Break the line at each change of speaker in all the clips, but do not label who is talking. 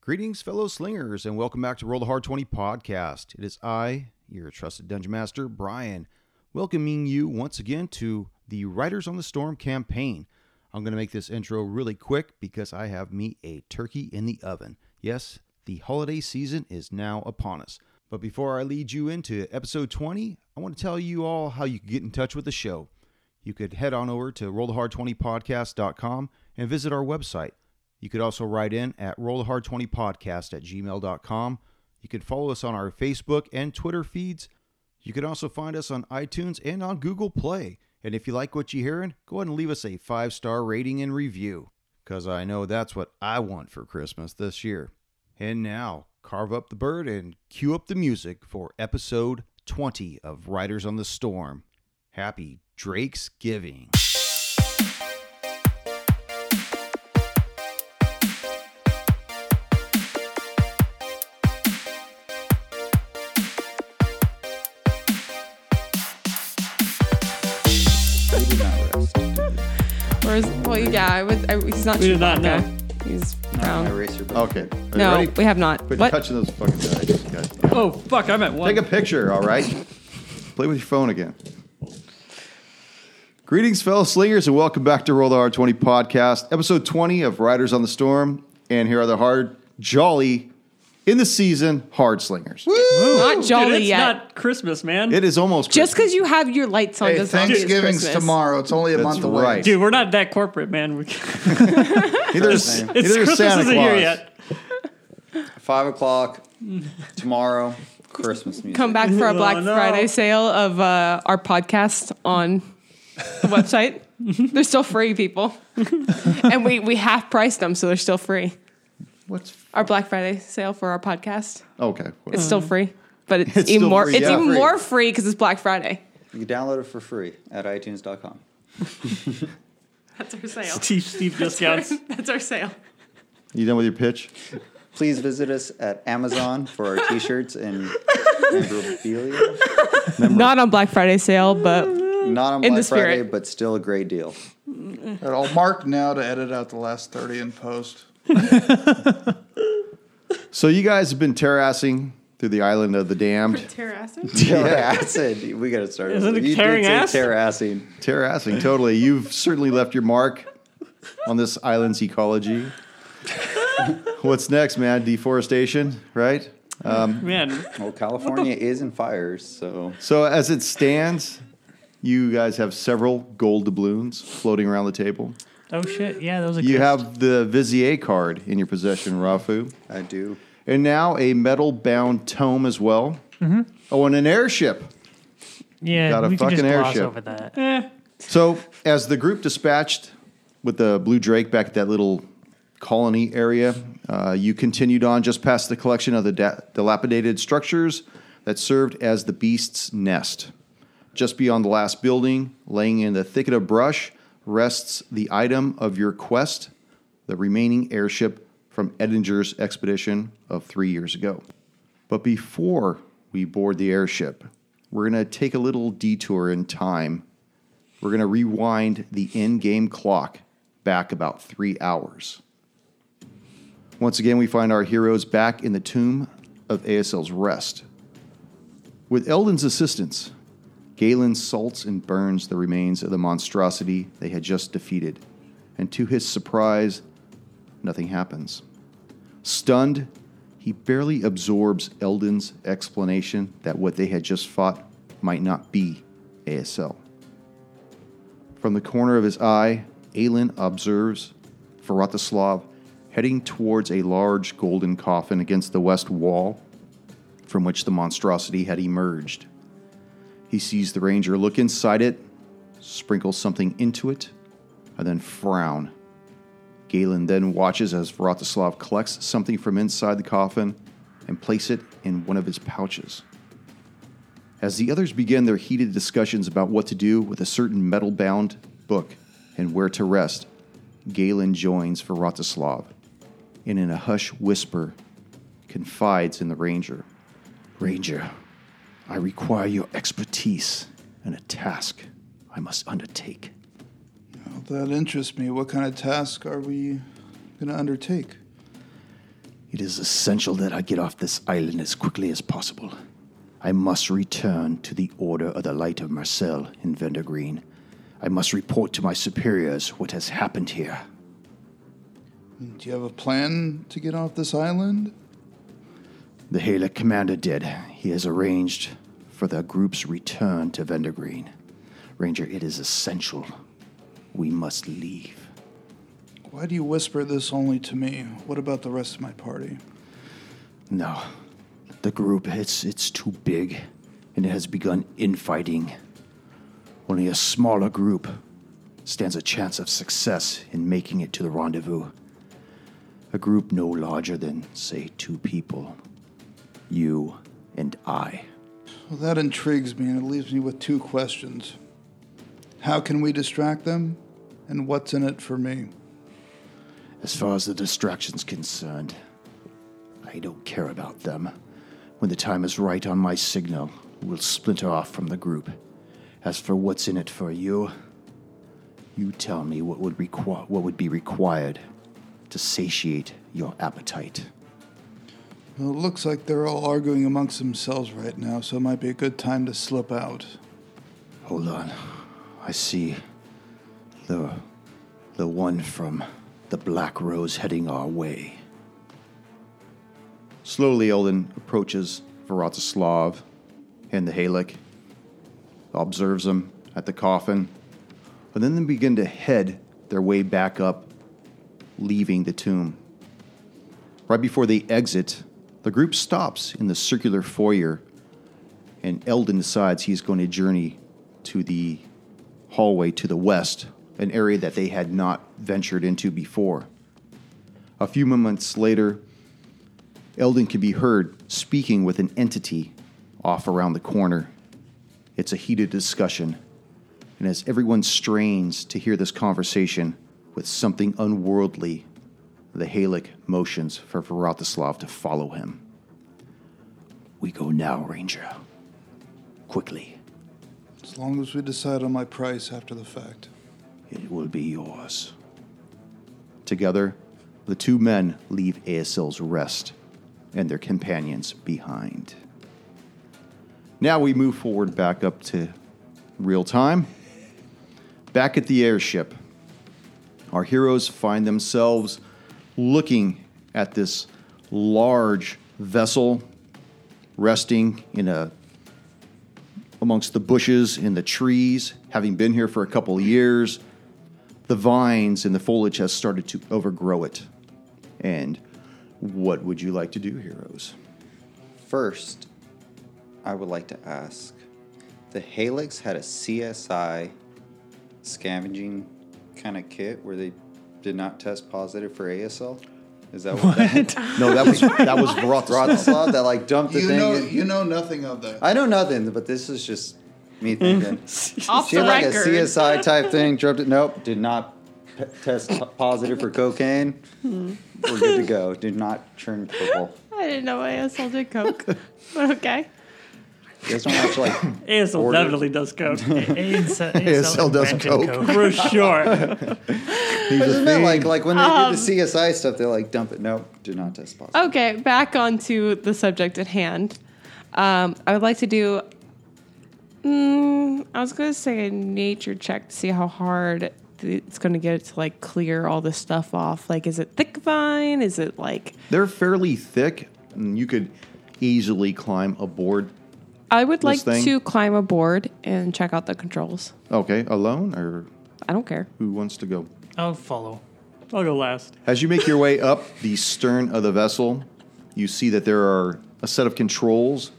Greetings, fellow slingers, and welcome back to Roll the Hard 20 podcast. It is I, your trusted dungeon master, Brian, welcoming you once again to the Riders on the Storm campaign. I'm going to make this intro really quick because I have me a turkey in the oven. Yes, the holiday season is now upon us. But before I lead you into episode 20, I want to tell you all how you can get in touch with the show. You could head on over to rollthehard20podcast.com and visit our website. You could also write in at rollthehard20podcast at gmail.com. You can follow us on our Facebook and Twitter feeds. You can also find us on iTunes and on Google Play. And if you like what you're hearing, go ahead and leave us a five star rating and review, because I know that's what I want for Christmas this year. And now, carve up the bird and cue up the music for episode 20 of Riders on the Storm. Happy Drake's Giving.
We did not rest.
Or is, well, yeah, I was, I, he's not
We did not
Chewbacca. He's brown.
Eraser. button.
Okay. Are you
No,
ready?
we have not.
Quit
What?
touching those fucking dice. God damn it.
Oh fuck! I'm at one.
Take a picture, all right? Play with your phone again. Greetings, fellow slingers, and welcome back to Roll the Hard 20 podcast, episode 20 of Riders on the Storm. And here are the hard, jolly, in the season, hard slingers.
Not jolly
Dude, it's
yet.
not Christmas, man.
It is almost Christmas.
Just because you have your lights on
Hey,
doesn't mean it's
Thanksgiving's
Christmas.
tomorrow. It's only a
That's
month away.
right.
Dude, we're not that corporate, man. We,
neither is,
it's
It's
neither is
Christmas
Santa
isn't
Claus.
here yet.
Five o'clock tomorrow. Christmas music.
Come back for a Black
Oh, no.
Friday sale of uh, our podcast on the website. they're still free, people. and we, we half priced them, so they're still free.
What's
Our Black Friday sale for our podcast.
okay?
It's
Uh-huh.
still free. But it's,
It's
even
still
more
free,
it's
yeah.
even
Free.
more free because it's Black Friday.
You can download it for free at iTunes.com.
That's our sale.
Teach Steve discounts.
That's our sale.
You done with your pitch?
Please visit us at Amazon for our T-shirts and memorabilia.
Not on Black Friday sale, but
Not on
In the
Black Friday,
spirit.
but still a great deal.
But I'll mark now to edit out the last 30 in post.
So you guys have been terracing through the island of the damned.
Terracid. We got to start.
Isn't
over.
it
you
tearing
did
ass?
say terracid.
Terracing, totally. You've certainly left your mark on this island's ecology. What's next, man? Deforestation, right?
man,
Well, California is in fires, so
So, as it stands, you guys have several gold doubloons floating around the table.
oh shit, yeah, those are.
You
good.
have the Vizier card in your possession, Rafu,
I do.
and now a metal bound tome as well. Oh, and an airship.
Yeah,
Got a
we could just
fucking
gloss
airship.
over that.
Eh,
So, as the group dispatched with the Blue Drake back at that little colony area, uh, you continued on just past the collection of the da- dilapidated structures that served as the beast's nest. Just beyond the last building, laying in the thicket of brush, rests the item of your quest, the remaining airship from Edinger's expedition of three years ago. But before we board the airship, we're going to take a little detour in time we're going to rewind the in game clock back about three hours. Once again, we find our heroes back in the tomb of ASL's rest. With Eldon's assistance, Galen salts and burns the remains of the monstrosity they had just defeated, and to his surprise, nothing happens. Stunned, he barely absorbs Eldon's explanation that what they had just fought might not be ASL. From the corner of his eye, Aelin observes Vratislav heading towards a large golden coffin against the west wall from which the monstrosity had emerged. He sees the ranger look inside it, sprinkle something into it, and then frown. Galen then watches as Vratislav collects something from inside the coffin and place it in one of his pouches. As the others begin their heated discussions about what to do with a certain metal bound book and where to rest, Galen joins Vratislav and, in a hush whisper, confides in the Ranger Ranger, I require your expertise in a task I must undertake.
Well, that interests me. What kind of task are we going to undertake?
It It is essential that I get off this island as quickly as possible. I must return to the Order of the Light of Marcel in Vendergreen. I must report to my superiors what has happened here.
Do you have a plan to get off this island?
The Halic commander did. He has arranged for the group's return to Vendergreen. Ranger, it is essential. We must leave.
Why do you whisper this only to me? What about the rest of my party?
No. The group, it's, it's too big, and it has begun infighting. Only a smaller group stands a chance of success in making it to the rendezvous. A group no larger than, say, two people. You and I.
Well, that intrigues me, and it leaves me with two questions. How can we distract them? And what's in it for me?
As far as the distraction's concerned, I don't care about them. When the time is right on my signal, we'll splinter off from the group. As for what's in it for you, you tell me what would requ- what would be required to satiate your appetite.
Well, it looks like they're all arguing amongst themselves right now, so it might be a good time to slip out.
Hold on. I see the the one from the Black Rose heading our way. Slowly Elden approaches Vratislav and the Halic, observes them at the coffin, and then they begin to head their way back up, leaving the tomb. Right before they exit, the group stops in the circular foyer and Eldon decides he's going to journey to the hallway to the west, an area that they had not ventured into before. A few moments later, Eldon can be heard speaking with an entity off around the corner. It's a heated discussion, and as everyone strains to hear this conversation with something unworldly, the Halic motions for Vratislav to follow him. We go now, Ranger quickly.
As long as we decide on my price after the fact.
It will be yours. Together, the two men leave ASL's rest and their companions behind. Now we move forward back up to real time. Back at the airship, our heroes find themselves looking at this large vessel resting in a amongst the bushes and the trees, having been here for a couple of years. The vines and the foliage has started to overgrow it. And what would you like to do, heroes?
First, I would like to ask the Halix had a CSI scavenging kind of kit where they did not test positive for ASL. Is that what? that
No, that was that was Vratislav.
Vratislav that like dumped the
you
thing
know,
in.
you know nothing of that.
I know nothing, but this is just me thinking.
Off the
Seemed like a
record.
CSI type thing. Dropped it. Nope. Did not p- test p- positive for cocaine. We're good to go. Did not turn purple.
I didn't know ASL did coke, but okay.
You guys don't have to like
ASL
Order.
definitely does coke.
ASL,
ASL does
invented
coke.
For sure.
He's a
Isn't that
thing.
like like when they
Um,
do the CSI stuff? They like dump it. Nope, do not test positive.
Okay, back onto the subject at hand. Um, I would like to do. Mm, I was gonna say a nature check to see how hard th- it's gonna get to like clear all this stuff off. Like, is it thick vine? Is it like?
They're fairly thick, and you could easily climb aboard.
I would like
thing?
to climb aboard and check out the controls.
Okay, alone or
I don't care.
who wants to go?
I'll follow.
I'll go last.
As you make your way up the stern of the vessel, you see that there are a set of controls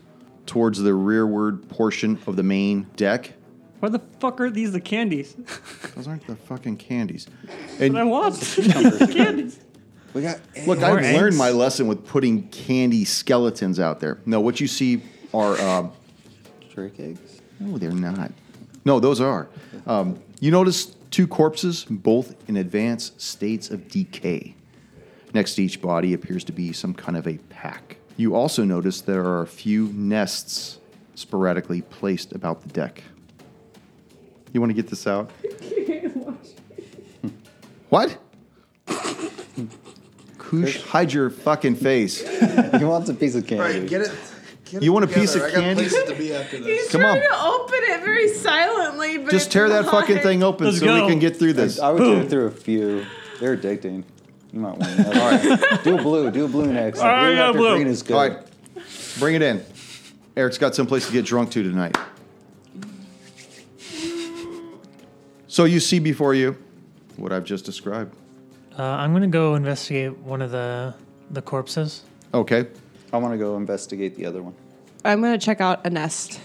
towards the rearward portion of the main deck.
Why the fuck are these the candies
Those aren't the fucking candies.
that I
And
want? candies.
We got
look,
More
I've learned
eggs.
my lesson with putting candy skeletons out there. No, what you see are um,
Oh.
Drake eggs.
No, they're not. No, those are. Um, you notice two corpses, both in advanced states of decay. Next to each body appears to be some kind of a pack. You also notice there are a few nests sporadically placed about the deck. You want to get this out? what? Whoosh, hide your fucking face.
He wants a piece of candy.
it. Get
You it want a piece together. of I got candy? places
to be after
He's
Come on.
trying to open it very silently, but
Just
it's
tear that
not.
fucking thing open
Let's
so
go.
we can get through this.
I would do it through a few. They're addicting. You might want another. All right. Do a blue. Do a blue next.
All right,
blue
yeah,
after
blue.
green is good.
All right, bring it in. Eric's got someplace to get drunk to tonight. So you see before you what I've just described.
Uh, I'm gonna go investigate one of the the corpses.
Okay,
I want to go investigate the other one.
I'm gonna check out a nest.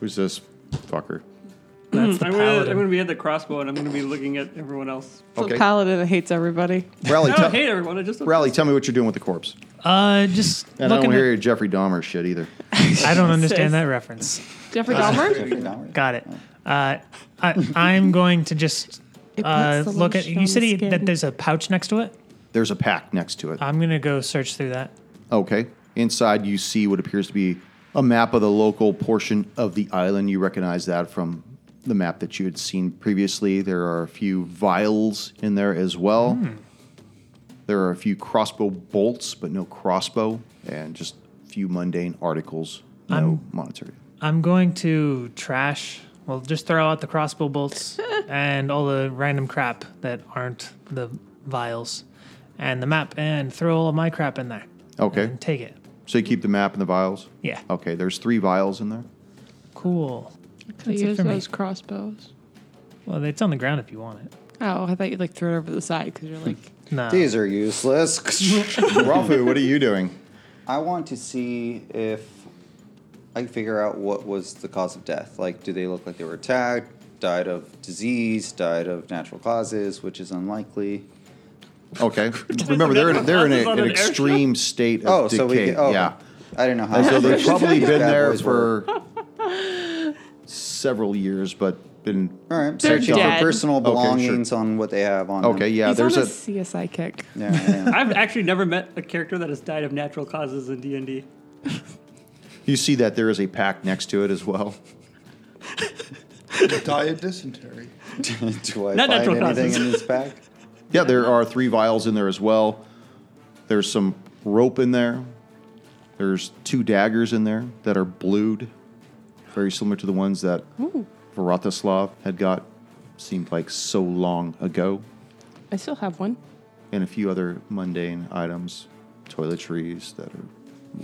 who's this fucker?
That's
Hmm.
the
I'm gonna, I'm
paladin.
gonna be at the crossbow and I'm gonna be looking at everyone else.
It's
Okay.
a paladin that hates everybody.
Rally,
I don't
tell
hate everyone. I just
Rally, tell me what you're doing with the corpse.
Uh, just
And I
looking.
don't
at-
hear your Jeffrey Dahmer shit either.
I don't understand
Says-
that reference.
Jeffrey Dahmer.
Jeffrey Dahmer.
Got it. Uh, I, I'm going to just
It
uh,
puts the
look at.
lotion
You
on
said
the
he-
skin.
that there's a pouch next to it.
There's a pack next to it.
I'm gonna go search through that.
Okay. Inside, you see what appears to be a map of the local portion of the island. You recognize that from the map that you had seen previously. There are a few vials in there as well.
Hmm.
There are a few crossbow bolts, but no crossbow, and just a few mundane articles, no monetary.
I'm going to trash. Well, just throw out the crossbow bolts and all the random crap that aren't the vials, and the map, and throw all my crap in there.
Okay. Oh.
Oh.
And take it.
So you keep the map and the vials?
Yeah.
Okay, there's three vials in there.
Cool.
I
That's it
use
for me.
those crossbows.
Well, it's on the ground if you want it.
Oh, I thought you like threw it over the side because you're like,
No.
These are useless.
Rafu, what are you doing?
I want to see if I can figure out what was the cause of death. Like, do they look like they were attacked, died of disease, died of natural causes, which is unlikely.
Okay. Remember, they're in, they're in
This is
a,
on
an
an airship?
extreme state of
Oh,
decay.
so we can, oh,
yeah.
I didn't know how.
And so they've probably
These
been
bad
there
boys were-
for several years, but been
All right,
They're
searching for
dead.
personal
Okay, sure.
belongings on what they have on. them.
okay. Yeah,
he's
there's
on
a,
a, CSI kick.
Yeah, yeah.
I've actually never met a character that has died of natural causes in D and D.
you see that there is a pack next to it as well.
Die of dysentery.
Do I
Not
find
natural
anything
causes.
in this pack?
Yeah, there are three vials in there as well. There's some rope in there. There's two daggers in there that are blued, very similar to the ones that Vratislav had got. Seemed like so long ago,
I still have one.
and a few other mundane items, toiletries that are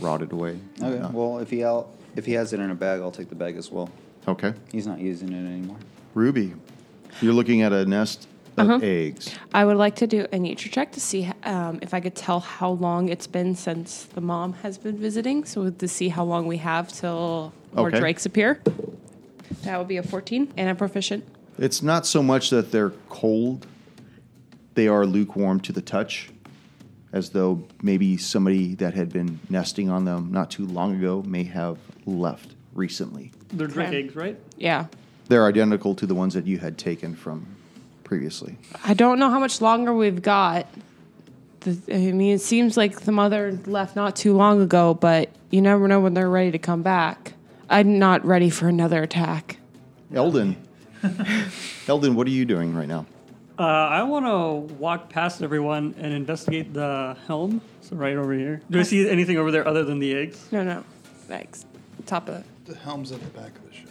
rotted away. Uh, and
Okay.
whatnot.
Well, if he out, if he has it in a bag, I'll take the bag as well.
okay.
He's not using it anymore.
Ruby, you're looking at a nest of eggs.
I would like to do a nature check to see um, if I could tell how long it's been since the mom has been visiting, so to see how long we have till more
Okay.
drakes appear. That would be a 14, and I'm proficient.
It's not so much that they're cold, they are lukewarm to the touch, as though maybe somebody that had been nesting on them not too long ago may have left recently.
They're drink
Okay.
eggs, right?
Yeah.
They're identical to the ones that you had taken from previously.
I don't know how much longer we've got. The, I mean, it seems like the mother left not too long ago, but you never know when they're ready to come back. I'm not ready for another attack.
Eldon. Eldon, what are you doing right now?
Uh, I want to walk past everyone and investigate the helm. So right over here. Do I see anything over there other than the eggs?
No, no. Thanks. Top of it.
The helm's at the back of the ship.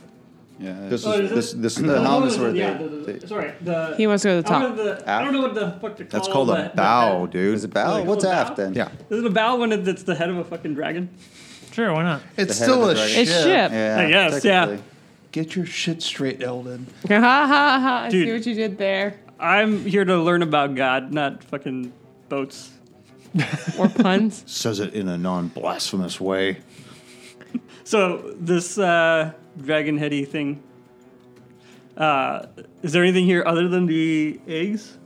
Yeah.
This
Oh,
is
is it-
this this
The
the
helm
what
is
was
where
it?
they-
Oh, Yeah, the- the-
they- Ah.
sorry. The,
He wants to go to the
I
top.
don't know the- I don't know what the fuck to call
that's called
the-
a
the
bow,
head.
There's a
dude.
bow.
Like,
What's
a bow?
aft then?
Yeah.
Is it a bow when it- it's the head of a fucking dragon?
Sure, why not?
It's
head of
still
the
a
dragon.
ship.
It's ship.
Yeah.
I guess, yeah.
technically.
Get your shit straight, Eldon.
Ha ha ha. I see
Dude.
what you did there.
I'm here to learn about God, not fucking boats.
Or puns.
Says it in a non blasphemous way.
So this uh, dragon heady thing. Uh, is there anything here other than the eggs?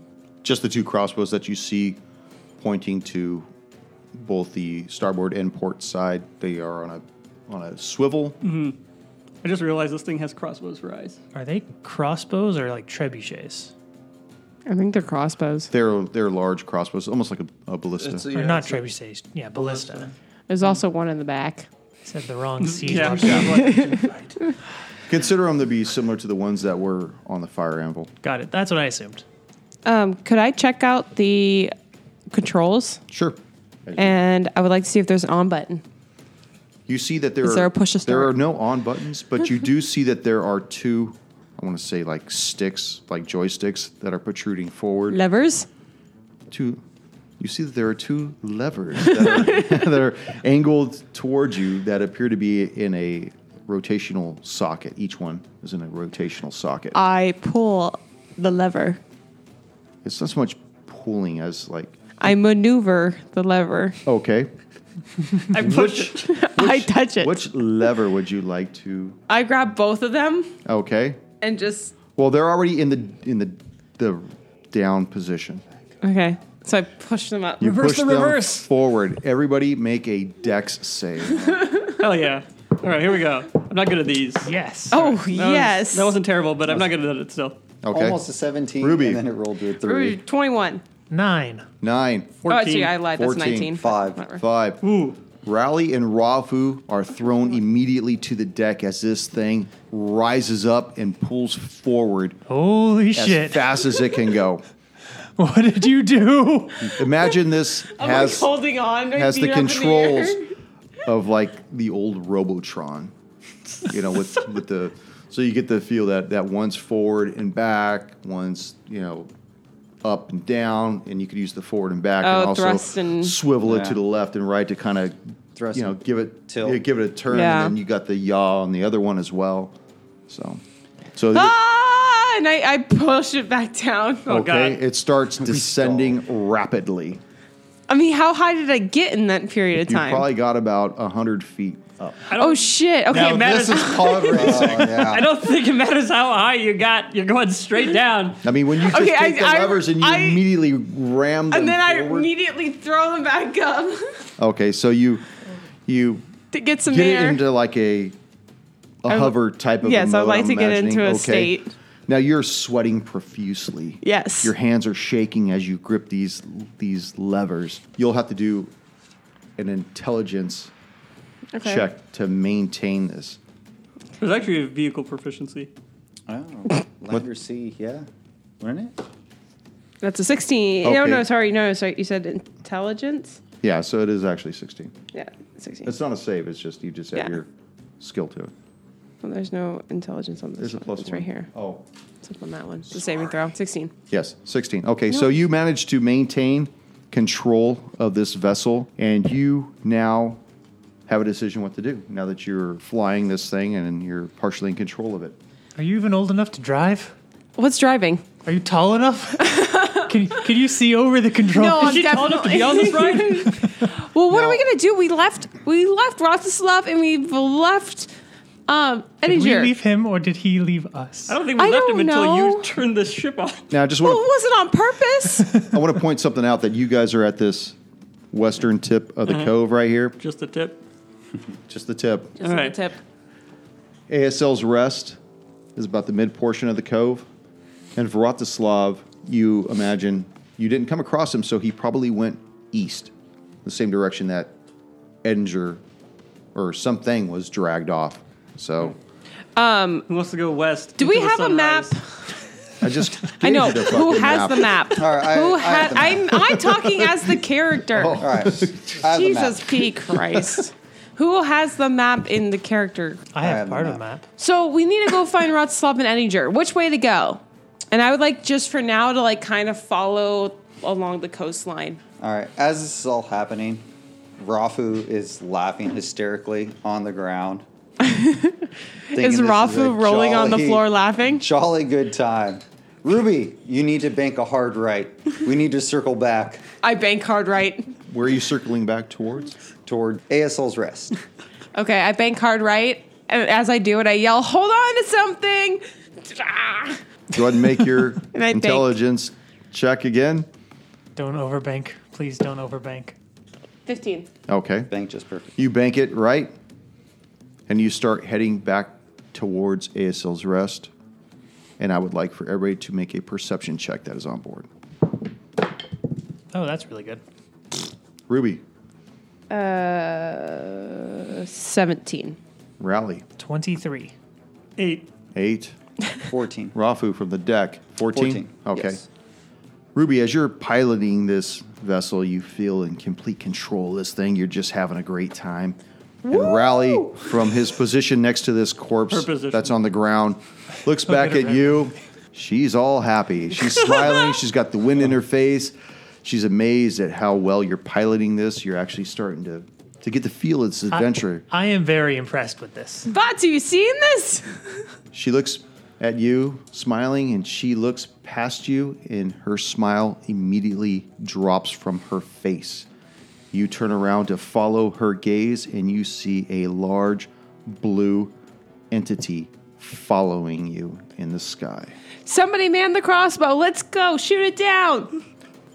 just the two crossbows that you see pointing to both the starboard and port side. They are on a on a swivel.
Mm-hmm.
I just realized this thing has crossbows for eyes.
Are they crossbows or like trebuchets?
I think they're crossbows.
They're they're large crossbows, almost like a, a ballista.
It's a,
or
yeah,
not
it's a-
trebuchets? Yeah, ballista.
There's also one in the back.
Said the wrong siege
Yeah, I'm
option.
Consider them to be similar to the ones that were on the fire anvil.
Got it. That's what I assumed.
Um, could I check out the controls?
Sure.
And I would like to see if there's an on button.
You see that there
Is
are,
there a push to
there
start?
are no on buttons, but you do see that there are two. I want to say like sticks, like joysticks that are protruding forward.
Levers?
two. You see that there are two levers that are, that are angled towards you that appear to be in a rotational socket. Each one is in a rotational socket.
I pull the lever.
it's not so much pulling as like
I maneuver the lever.
okay.
I push. it.
I touch it.
Which lever would you like to?
I grab both of them
Okay.
and just
Well, they're already in the in the the down position.
okay. So I push them up.
You
Reverse
push
the
them
reverse.
forward. Everybody make a dex save.
Hell yeah! All right, here we go. I'm not good at these.
Yes.
oh
That was-
yes.
that wasn't terrible, but I'm not good at it still.
Okay.
Almost a 17,
Ruby.
and then it rolled to a 3.
Ooh, twenty-one.
Nine.
Nine.
Oh,
14.
actually, I lied. That's
14,
nineteen.
five,
Whatever.
Five.
Ooh,
Rowley and Rafu are thrown immediately to the deck as this thing rises up and pulls forward
Holy
as
shit.
fast as it can go.
What did you do?
Imagine this
I'm
has,
like holding on. my
has the
feet up in air.
controls of like the old Robotron, you know, with, with the. So you get the feel that, that one's forward and back, one's, you know, up and down, and you could use the forward and back
Oh,
and also
thrust and-
swivel it
Yeah.
to the left and right to kind of
Thrust
you know
and
give it
tilt.
yeah, give it a turn,
Yeah.
and then you got the yaw on the other one as well. So,
Oh,
so the-
Ah! And I, I push it back down.
okay,
God.
it starts descending rapidly.
I mean, how high did I get in that period of
You
time?
probably got about hundred feet up.
I don't,
oh shit. Okay.
Now
ma-
matters-
This is pod
Oh,
racing.
I
yeah.
don't think it matters how high you got. You're going straight down.
I mean, when you just
Okay, I-
take the
I-
levers and you
I-
immediately ram them
and then I
forward.
immediately throw them back up
okay, so you you
to get some
get
air.
it into like a a
I-
hover type of.
Yes,
i
I'd like to get into a state.
Now you're sweating profusely.
yes.
Your hands are shaking as you grip these these levers. You'll have to do an intelligence
Okay.
check to maintain this.
There's actually a vehicle proficiency.
Oh, letter C, yeah. Wouldn't it?
That's a 16. No,
Okay.
no, sorry. No, sorry. You said intelligence?
Yeah, so it is actually 16.
Yeah, 16.
It's not a save, it's just you just add
Yeah.
your skill to it.
Well, there's no intelligence on this
There's a
one.
plus
it's
one.
right here.
Oh.
Except on that one. The saving throw. 16.
Yes, 16. Okay, so you managed to maintain control of this vessel, and you now have a decision what to do now that you're flying this thing and you're partially in control of it.
Are you even old enough to drive?
What's driving?
Are you tall enough? can, can you see over the control?
I'm
She tall enough to be on this ride?
well, what are we gonna do? We left. We left Rostislav and we left um,
Did we
Edinger.
leave him or did he leave us?
I don't think we
I
left him
don't
until
know.
you turned this ship on.
Now, I just
well,
want to
was it on purpose?
I want to point something out that you guys are at this western tip of the cove right here.
Just a tip.
Just the tip.
Just a
Alright.
tip.
ASL's rest is about the mid portion of the cove. And Vratislav, you imagine you didn't come across him, so he probably went east, the same direction that Edinger or something was dragged off. So
Who wants to go west?
Do we have a map?
I just
I
gave
know
you the
who
fucking
has the map.
All right, I-
Who
I have the map.
I'm I'm talking as the character.
All right. I have the map.
Jesus P. Christ. Who has the map in the character?
I have,
I have
part
a
of the map.
So we need to go find Rotislav and Edinger. Which way to go? And I would like just for now to like kind of follow along the coastline.
All right. As this is all happening, Rafu is laughing hysterically on the ground.
Is Rafu rolling on the floor
laughing?
laughing?
Jolly good time. Ruby, you need to bank a hard right. We need to circle back
I bank hard right.
Where are you circling back towards?
toward ASL's rest.
Okay, I bank hard right. And as I do it, I yell, hold on to something. Ah.
Go ahead and make your
And I think-
intelligence check again.
Don't overbank. Please don't overbank.
15.
Okay.
Bank just perfect.
You bank it, right? And you start heading back towards ASL's rest. And I would like for everybody to make a perception check that is on board.
Oh, that's really good.
Ruby,
Uh, 17.
Rally,
23.
Eight.
eight.
14.
Rafu from the deck, 14.
14.
Okay.
Yes.
Ruby, as you're piloting this vessel, you feel in complete control of this thing. You're just having a great time. And Rally, from his position next to this
Her
corpse
position.
that's on the ground, looks back
at
at
her.
you. She's all happy. She's smiling. She's got the wind in her face. She's amazed at how well you're piloting this. You're actually starting to, to get to feel its adventure.
I am very impressed with this.
Batu, you seen this?
She looks at you, smiling, and she looks past you, and her smile immediately drops from her face. You turn around to follow her gaze, and you see a large blue entity following you in the sky.
Somebody man the crossbow. Let's go. Shoot it down.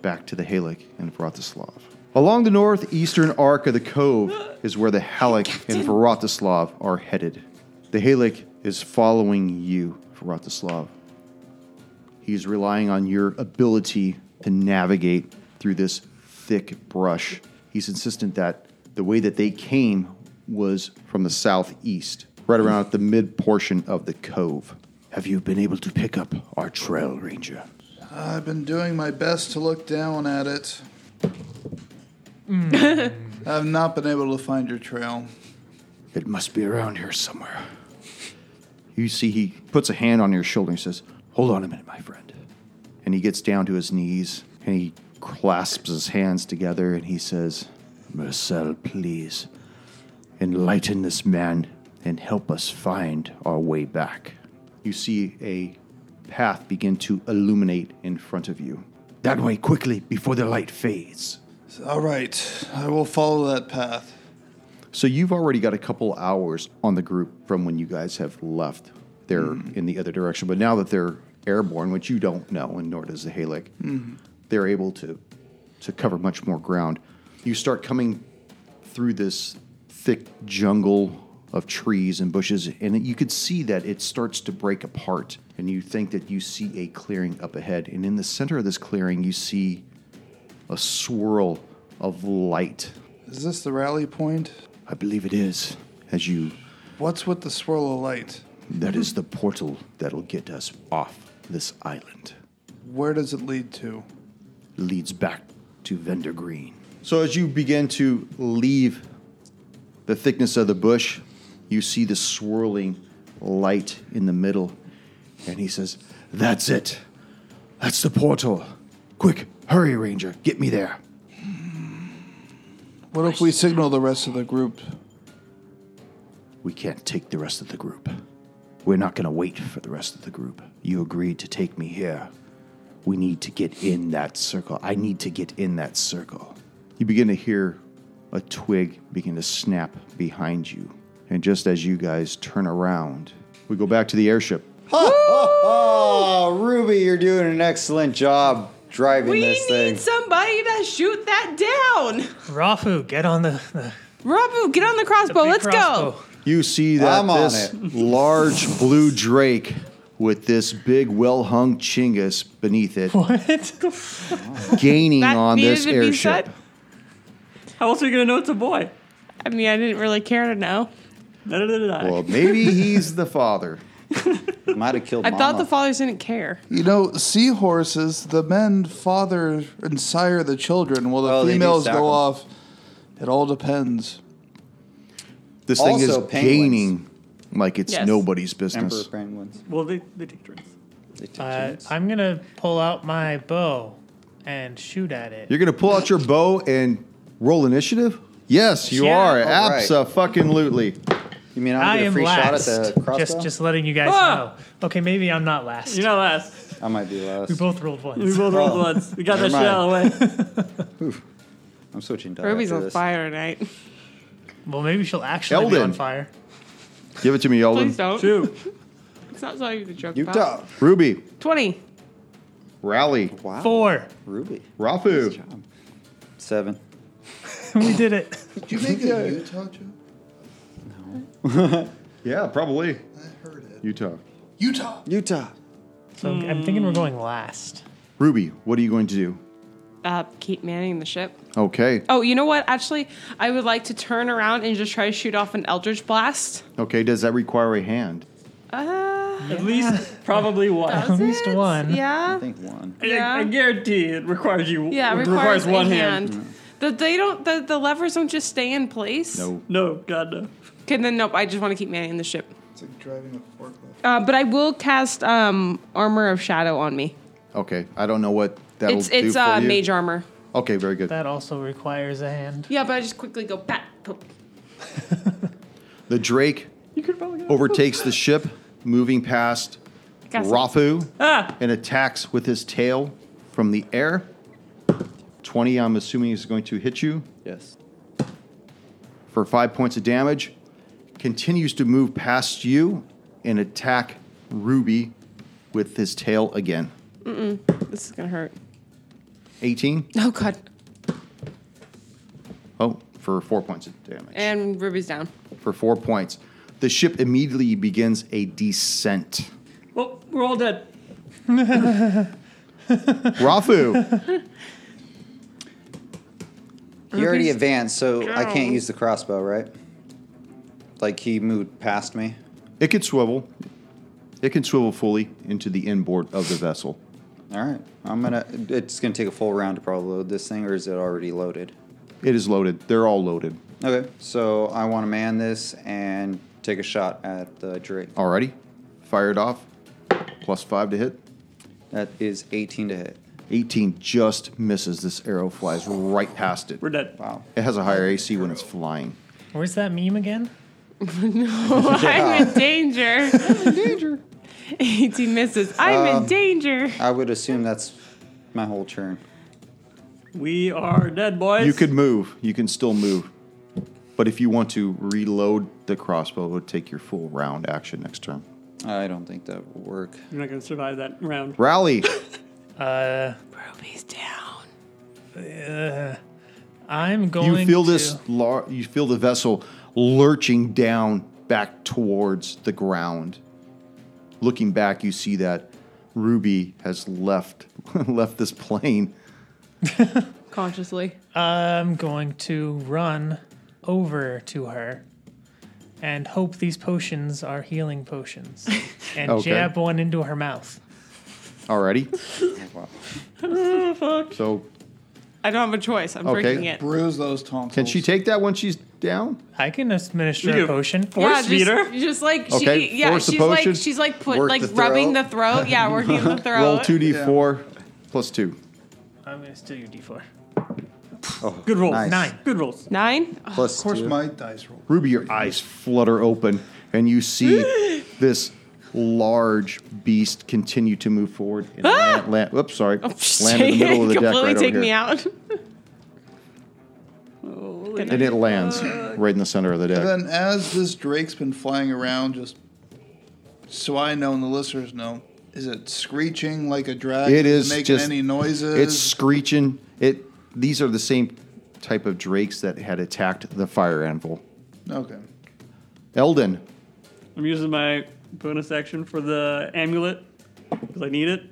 back to the Halik and Vratislav. Along the northeastern arc of the cove is where the Halik and Vratislav are headed. The Halik is following you, Vratislav. He's relying on your ability to navigate through this thick brush. He's insistent that the way that they came was from the southeast, right around at the mid portion of the cove. Have you been able to pick up our trail, Ranger?
I've been doing my best to look down at it. I've not been able to find your trail.
It must be around here somewhere. You see, he puts a hand on your shoulder and says, Hold on a minute, my friend. And he gets down to his knees and he clasps his hands together and he says, Marcel, please enlighten this man and help us find our way back. You see a path begin to illuminate in front of you. That way, quickly, before the light fades.
All right, I will follow that path.
So you've already got a couple hours on the group from when you guys have left. They're in the other direction, but now that they're airborne, which you don't know, and nor does the Halic, they're able to to cover much more ground. You start coming through this thick jungle of trees and bushes, and you could see that it starts to break apart. And you think that you see a clearing up ahead, and in the center of this clearing, you see a swirl of light.
Is this the rally point?
I believe it is. As you,
What's with the swirl of light?
that is the portal that'll get us off this island.
Where does it lead to?
Leads back to Vendor Green. So as you begin to leave the thickness of the bush, you see the swirling light in the middle. And he says, That's it. That's the portal. Quick, hurry, Ranger. Get me there.
What if we signal the rest of the group?
We can't take the rest of the group. We're not going to wait for the rest of the group. You agreed to take me here. We need to get in that circle. I need to get in that circle. You begin to hear a twig begin to snap behind you. And just as you guys turn around, we go back to the airship.
Oh, Ruby, you're doing an excellent job driving
We
this
need
thing.
somebody to shoot that down.
Rafu, get on the, the,
Rabu, get on the crossbow.
big
Let's
crossbow.
go.
You see that
I'm on
this large blue drake with this big, well hung chingus beneath it
What?
gaining
That
on
needed
this
to be
airship.
said.
How else are you gonna know it's a boy?
I mean, I didn't really care to know.
Da-da-da-da.
Well, maybe he's the father.
Might have killed
I thought
Mama.
the fathers didn't care.
You know, seahorses, the men father and sire the children while the
Oh,
Well, they do
females
sack
go
'em.
off. It all depends.
This thing is
Also penguins.
gaining like it's
Yes.
nobody's
Emperor
business.
penguins.
Well, they, they take turns.
They take
Uh,
turns.
I'm gonna pull out my bow and shoot at it.
You're gonna pull out your bow and roll initiative? Yes, you
Yeah.
are.
All right.
Absa fucking lootly.
you mean I'll
I
get a
am
free
last.
shot at the crossbow?
just, just letting you guys
Ah!
know. Okay, maybe I'm not last.
You're not last.
I might be last.
we both rolled
We
once.
rolled
Oh.
rolled once. We got that shit
Never
out of the way.
I'm switching to
Ruby's on
this.
fire tonight.
Well, maybe she'll actually be
Elden.
on fire.
Give it to me,
Please
Eldon.
don't.
Two.
It's not something you can joke
You
about.
talk.
Ruby,
Twenty.
Rally,
Wow.
Four.
Ruby. Nice
Rafu.
job. Seven.
we did it.
Did you make it a Utah joke?
Yeah, probably.
I heard it.
Utah.
Utah!
Utah.
So I'm- I'm thinking we're going last.
Ruby, what are you going to do?
Uh, keep manning the ship.
Okay.
Oh, you know what? Actually, I would like to turn around and just try to shoot off an eldritch blast.
Okay, does that require a hand?
Uh,
At least probably one.
does
At least
it?
one.
I
Yeah.
think one.
I-
Yeah.
I, guarantee it requires you.
Yeah, it requires,
requires, one
a
hand.
hand. The, they don't. The, the levers don't just stay in place.
No.
No, God no.
Okay, then nope. I just want to keep manning the ship.
It's like driving a forklift.
Uh, but I will cast um, armor of shadow on me.
Okay. I don't know what that'll
it's
do
it's
for
uh,
you.
mage armor.
Okay. Very good.
That also requires a hand.
Yeah, but I just quickly go pat. poop.
The Drake
You could probably. Get
overtakes the ship, moving past
Got some-
Rafu,
Ah!
and attacks with his tail from the air. 20, I'm assuming, is going to hit you
Yes.
for five points of damage. Continues to move past you and attack Ruby with his tail again.
This is gonna hurt.
18.
Oh god.
Oh, for four points of damage.
And Ruby's down.
for four points. The ship immediately begins a descent.
Well, we're all dead.
Rafu,
He already
Ruby's-
advanced, so I can't
Ow.
use the crossbow, right? Like he moved past me.
it can swivel. It can swivel fully into the inboard of the vessel.
All right. I'm gonna. It's gonna take a full round to probably load this thing, or is it already loaded?
It is loaded. They're all loaded.
Okay. So I want to man this and take a shot at the Drake.
Alrighty. Fired off. Plus five to hit.
That is 18 to hit.
18 just misses. This arrow flies right past it.
We're dead.
Wow.
It has a higher AC when it's flying.
Where's that meme again?
I'm in danger. I'm in danger. 18 misses. I'm
Um,
in danger.
I would assume that's my whole turn.
We are dead, boys.
You could move. You can still move. But if you want to reload the crossbow, it would take your full round action next turn.
I don't think that will work.
You're not gonna survive that round.
Rally.
Uh,
Ruby's down.
I'm going.
You feel
to,
this. Lar- you feel the vessel lurching down back towards the ground. Looking back, you see that Ruby has left left this plane.
Consciously.
I'm going to run over to her and hope these potions are healing potions and
Okay.
jab one into her mouth.
Alrighty.
Wow.
So
I don't have a choice. I'm
Okay.
drinking it.
Bruise those tonsils.
can she take that when she's down?
I can administer
You can-
a potion.
Force
just,
feeder?
Just like she,
Okay,
yeah,
force the
she's
potion,
like she's like put
work
like
the
rubbing
throat.
the throat. Yeah, working the throat.
Roll two d four plus two
I'm going to steal your d4.
Good rolls.
Nice.
Nine.
Good rolls.
Nine.
Plus
Of course,
two.
my dice roll.
Ruby, your eyes flutter open, and you see this large beast continue to move forward. And land, land, whoops, sorry. land in the middle of the deck
Oh, completely
right over
take
here.
me out.
And it lands right in the center of the deck.
And then, as this Drake's been flying around, just so I know and the listeners know, is it screeching like a dragon?
It is
making
just-
any noises.
It's screeching. It. These are the same type of drakes that had attacked the fire anvil.
okay.
Eldon,
I'm using my bonus action for the amulet because I need it.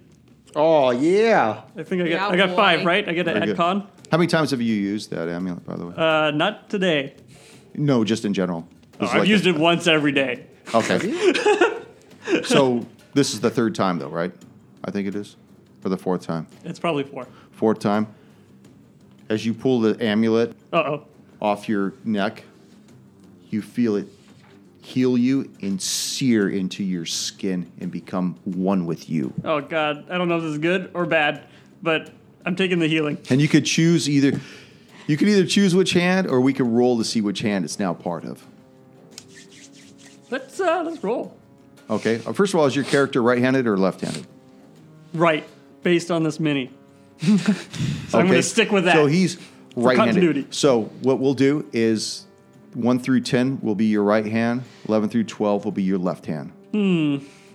Oh yeah.
I think I got
Yeah,
I got
boy.
five right. I get an
Very
add
good.
con.
how many times have you used that amulet, by the way?
Uh, not today.
no, just in general.
Oh,
This is
I've
like
used
a-
it once every day.
Okay. so this is the third time, though, right? I think it is, or the fourth time.
It's probably four.
Fourth time. As you pull the amulet
Uh oh.
off your neck, you feel it heal you and sear into your skin and become one with you.
Oh God. I don't know if this is good or bad, but I'm taking the healing.
And you could choose either you could either choose which hand or we could roll to see which hand it's now part of.
Let's uh let's roll.
Okay. Uh, First of all, is your character right-handed or left-handed?
Right. Based on this mini. so I'm
Okay.
gonna stick with that.
So he's
continuity.
right-handed. So what we'll do is 1 through 10 will be your right hand, 11 through 12 will be your left hand.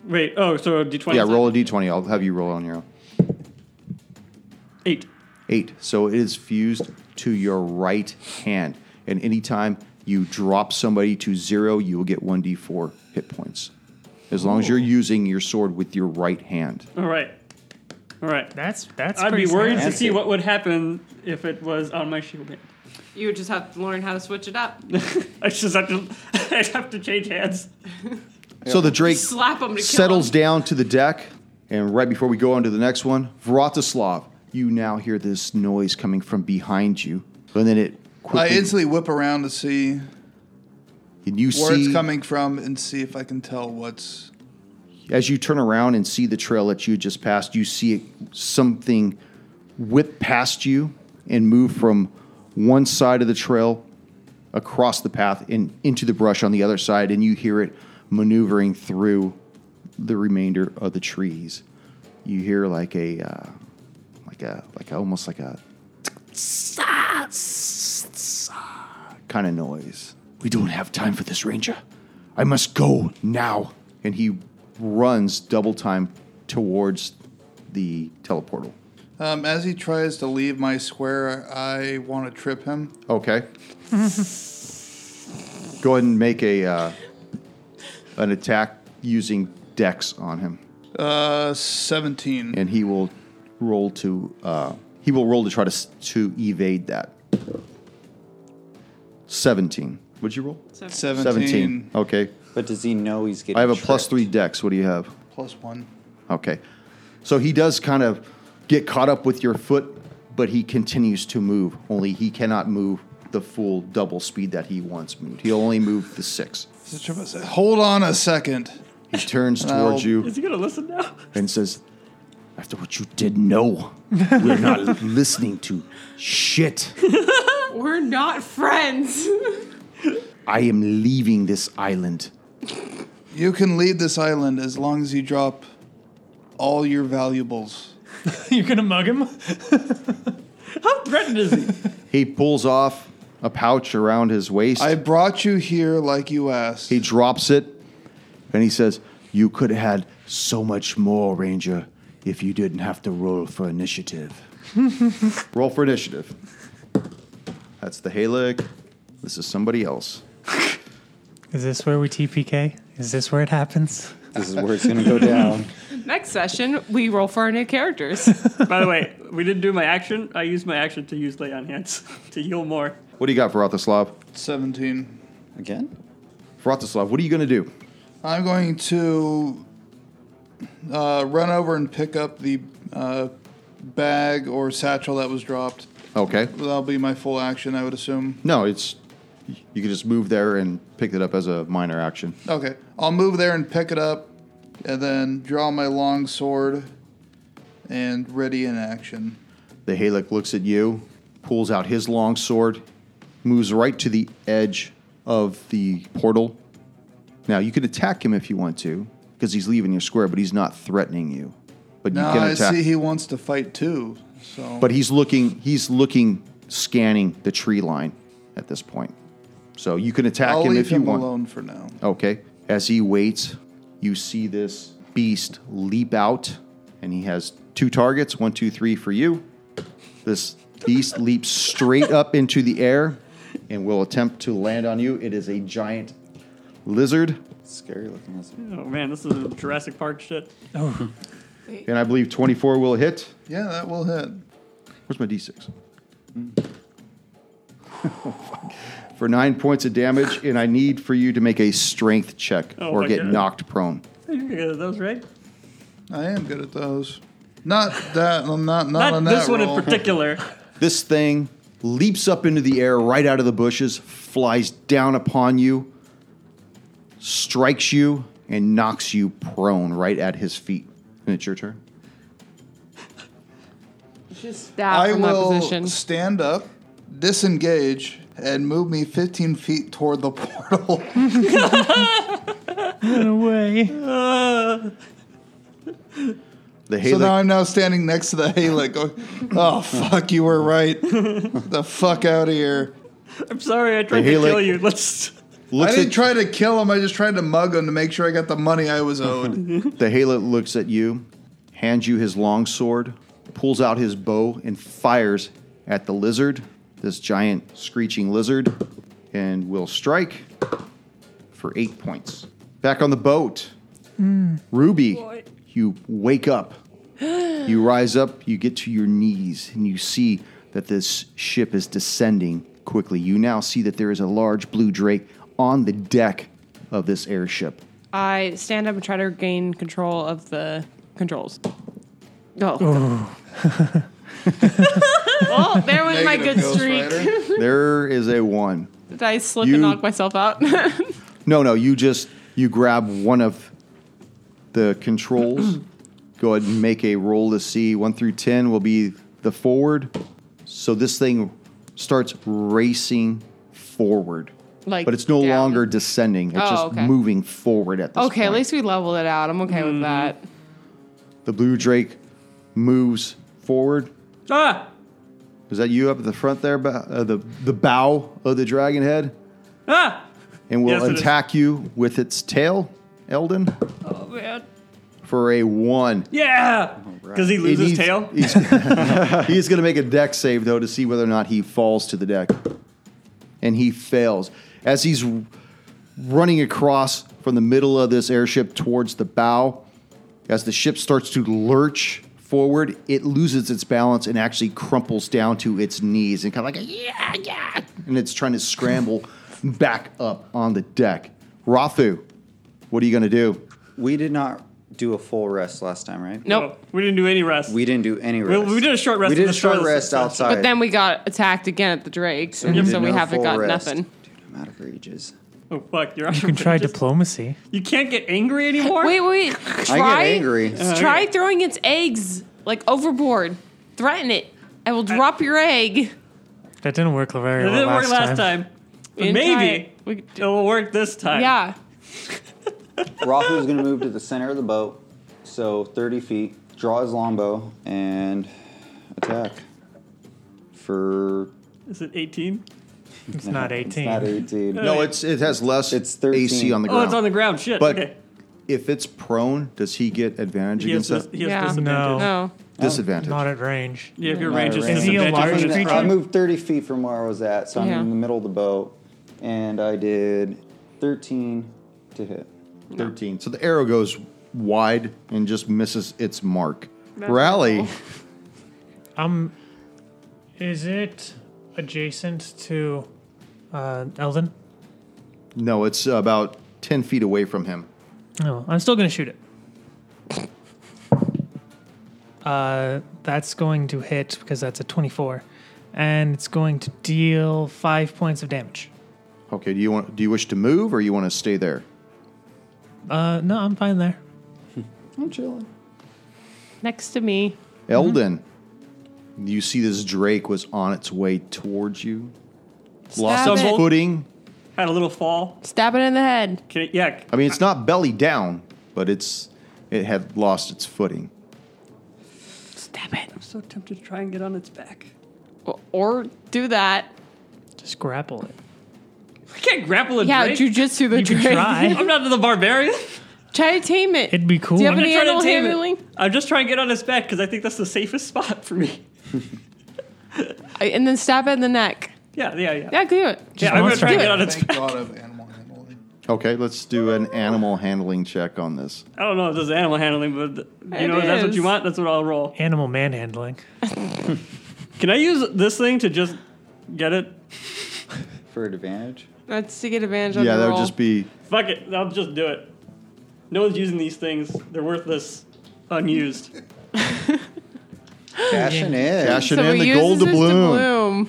Wait. Oh, so D20.
Yeah, roll a d20. I'll have you roll on your own.
eight.
8. So it is fused to your right hand. And anytime you drop somebody to 0, you will get 1d4 hit points. As long as you're using your sword with your right hand.
All right. All right.
That's that's.
I'd be
pretty
worried to
snazzy.
see what would happen if it was on my shield. hand.
You would just have to learn how to switch it up.
I just have to. I'd have to change hands.
So the Drake
Slap him to kill
settles
him.
down to the deck, and right before we go on to the next one, Vratislav, you now hear this noise coming from behind you, and then it
I
quickly
instantly whip around to see
and you
where
see
it's coming from and see if I can tell what's.
as you turn around and see the trail that you just passed, you see it, something whip past you and move from one side of the trail across the path and into the brush on the other side, and you hear it maneuvering through the remainder of the trees. You hear like a, uh, like a, like a, almost like a kind of noise. We don't have time for this, Ranger. I must go now. And he runs double time towards the teleportal.
Um, as he tries to leave my square, I want to trip him.
Okay. go ahead and make a uh, an attack using Dex on him,
Uh, 17.
and he will roll to uh, he will roll to try to s- to evade that. Seventeen. What'd you roll?
17.
Okay.
But does he know he's getting?
I have a plus three
tricked?
Dex. What do you have?
Plus one.
Okay. So he does kind of get caught up with your foot, but he continues to move. Only he cannot move the full double speed that he once moved. He'll only move the six.
So Trip says, Hold on a second.
He turns
I'll-
towards you
Is he gonna listen now?
and says, After what you did know, we're not listening to shit.
We're not friends.
I am leaving this island.
You can leave this island as long as you drop all your valuables.
You're gonna mug him?
How threatened is he?
He pulls off a pouch around his waist.
I brought you here like you asked.
He drops it and he says, You could have had so much more, Ranger, if you didn't have to roll for initiative. roll for initiative. That's the Halic. This is somebody else.
Is this where we TPK? Is this where it happens?
This is where it's gonna go down.
Next session, we roll for our new characters.
By the way, we didn't do my action. I used my action to use lay on hands to heal more.
What do you got, Vratislav?
17.
Again?
Vratislav, what are you going to do?
I'm going to uh, run over and pick up the uh, bag or satchel that was dropped.
Okay.
That'll be my full action, I would assume.
No, it's. You can just move there and pick it up as a minor action.
Okay, I'll move there and pick it up, and then draw my long sword, and ready in action.
The Halic looks at you, pulls out his long sword, moves right to the edge of the portal. Now you could attack him if you want to, because he's leaving your square, but he's not threatening you. But you
Now
can
I
attack.
see he wants to fight too. So,
But he's looking. He's looking, scanning the tree line at this point. So you can attack
I'll
him
leave
if you
him
want.
alone for now.
Okay. As he waits, you see this beast leap out, and he has two targets one, two, three for you. This beast leaps straight up into the air and will attempt to land on you. It is a giant lizard,
Scary looking. Isn't
Oh man, this is Jurassic Park shit.
and I believe 24 will hit.
Yeah, that will hit.
Where's my d6? for nine points of damage, and I need for you to make a strength check
Oh
or
my
get
God.
knocked prone.
You got those right?
I am good at those. Not that. I'm not not,
Not
on that
this one
roll.
in particular.
This thing leaps up into the air right out of the bushes, flies down upon you, strikes you, and knocks you prone right at his feet. And it's your turn.
Just stab
I
from that
will
position.
stand up, disengage, and move me 15 feet toward the portal.
No way.
Uh,
The
so
Halic,
now I'm now standing next to the Halic. Going, oh fuck, you were right. the fuck out of here.
I'm sorry, I tried
The
to kill
Helic-
you. Let's.
looks
I didn't
at,
try to kill him. I just tried to mug him to make sure I got the money I was owed.
the Halic looks at you, hands you his long sword, pulls out his bow, and fires at the lizard, this giant screeching lizard, and will strike for eight points. Back on the boat, Ruby, you wake up. You rise up, you get to your knees, and you see that this ship is descending quickly. You now see that there is a large blue drake on the deck of this airship.
I stand up and try to gain control of the controls. Oh. well, there went my
Negative
good
Ghost
streak.
Rider.
There is a one.
Did I slip
You-
and knock myself out?
No, no, you just you grab one of the controls. Go ahead and make a roll to see. One through ten will be the forward. So this thing starts racing forward.
like,
But it's no
down.
longer descending. It's
Oh,
just
okay.
moving forward at this
Okay,
point.
at least we leveled it out. I'm okay with that.
the blue drake moves forward.
Ah!
Is that you up at the front there, bo- uh, the the bow of the dragon head,
Ah!
and will
Yes, it is.
attack you with its tail, Eldon,
Oh man.
for a one.
Yeah! Because he loses
needs-
tail?
He's, he's going to make a deck save, though, to see whether or not he falls to the deck. And he fails. As he's r- running across from the middle of this airship towards the bow, as the ship starts to lurch forward, it loses its balance and actually crumples down to its knees and kind of like, yeah, yeah. And it's trying to scramble back up on the deck. Rathu, what are you going to do?
We did not do a full rest last time, right?
Nope.
No, Oh, we didn't do any rest.
We didn't do any
We-
rest.
we did a short rest
We
in
did
the
a short
shortest
rest
session.
outside.
But then we got attacked again at the Drakes, and
did
so we
no
haven't
full
got
rest.
nothing.
Dude, I'm out of rages.
oh, fuck. You're on
You can try diplomacy.
You can't get angry anymore?
Wait, wait.
I
Try,
get angry.
Try
okay.
throwing its eggs like overboard. Threaten it. I will drop your egg.
That didn't work very
It
well
didn't
last
work last
time.
time.
We
But
didn't try
maybe
it. We-
it will work this time.
yeah.
Rafu is going to move to the center of the boat, so 30 feet, draw his longbow, and attack. For.
Is it 18?
It's not 18.
It's not 18.
No, it's it has less
It's 13.
AC on the
Oh,
ground.
it's on the ground. Shit.
But
okay.
if it's prone, does he get advantage
He has,
against
dis-
that?
he has
Yeah.
disadvantage.
No.
Disadvantage.
Not at range.
Yeah, if your
Right,
range is
right.
Is he a
disadvantage,
large
then it's
creature?
I
fine.
moved 30 feet from where I was at, so I'm
Yeah.
in the middle of the boat, and I did 13 to hit.
13. So the arrow goes wide and just misses its mark. Rally.
cool.
Um, is it adjacent to uh, Elden?
No, it's about 10 feet away from him.
No, I'm still gonna shoot it. Uh, that's going to hit because that's a 24, and it's going to deal five points of damage.
Okay, do you want do you wish to move or you want to stay there?
Uh, no, I'm fine there.
I'm chilling.
Next to me.
Eldon. You see this drake was on its way towards you. Lost
Stab
its
it.
footing.
Had a little fall.
Stab it in the head.
Can it, yeah.
I mean, it's not belly down, but it's it had lost its footing.
Stab it.
I'm so tempted to try and get on its back.
Or- Or do that.
Just grapple it.
I can't grapple a
Yeah,
drake.
jujitsu the
You can
Drake.
try.
I'm not the barbarian.
Try to tame it.
It'd be cool.
Do you have
I'm
any
not trying
animal
to tame it.
handling?
I'm just trying to get on its back because I think that's the safest spot for me.
I- And then stab it in the neck.
Yeah, yeah, yeah.
Yeah, do it.
Yeah, I'm gonna
monster
try and
it.
get on its
Thank
back.
God of animal handling.
Okay, let's do an animal handling check on this.
I don't know if this is animal handling, but you
It
know if that's what
is.
you want. That's what I'll roll.
Animal manhandling.
Can I use this thing to just get it?
For advantage?
That's to get advantage on
yeah,
the
that would
roll.
just be
Fuck it. I'll just do it. No one's using these things. They're worthless, unused.
Cashing in.
cashing
so
in
we
the
use
gold
this as
doubloon.
doubloon.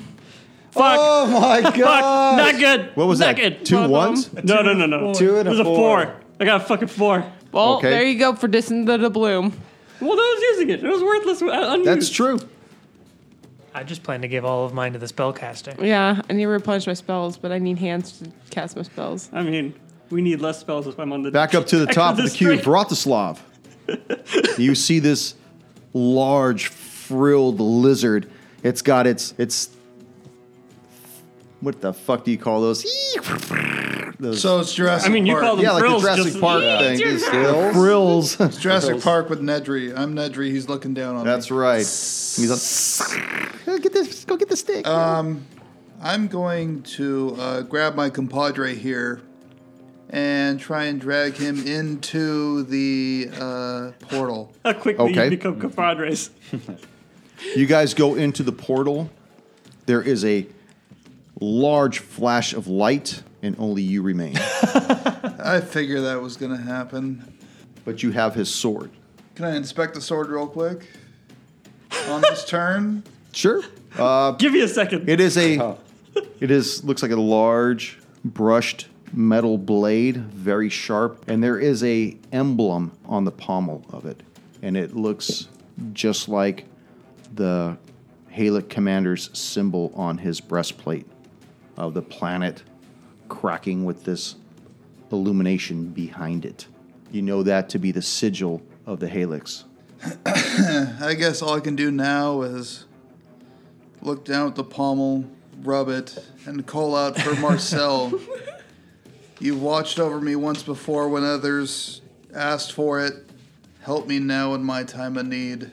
Fuck.
Oh my
Fuck.
god!
Not good.
What was
not
that?
Good.
Two
One of
ones?
No, no, no, no.
Two and
It was
a
a
four.
four. I got a fucking four.
Well,
Okay.
there you go for dissing the doubloon.
Well, no one's using it. It was worthless. uh, Unused.
That's true.
I just plan to give all of mine to the spellcaster.
Yeah, I need to replenish my spells, but I need hands to cast my spells.
I mean, we need less spells if I'm on the
Back up to the
Back
top of the
straight.
cube, Vratislav. you see this large, frilled lizard. It's got its its. What the fuck do you call those? those
So it's Jurassic
I mean, you
Park.
call them
yeah.
yeah, like the
frills
Jurassic
just-
Park
Yeah.
thing.
Jurassic-
The frills.
It's Jurassic Park with Nedry. I'm Nedry. He's looking down on
That's
me.
right. He's like, "Go get this. Go get the stick.
I'm going to uh, grab my compadre here and try and drag him into the uh, portal.
How quickly
Okay.
you become compadres.
You guys go into the portal. There is a large flash of light, and only you remain.
I figure that was gonna happen.
but you have his sword.
Can I inspect the sword real quick? On this turn,
Sure. Uh,
Give me a second.
It is a.
Oh.
It is looks like a large brushed metal blade, very sharp, and there is a emblem on the pommel of it, and it looks just like the Halic commander's symbol on his breastplate of the planet cracking with this illumination behind it. You know that to be the sigil of the Halix.
I guess all I can do now is look down at the pommel, rub it, and call out for Marcel. You've watched over me once before when others asked for it. Help me now in my time of need.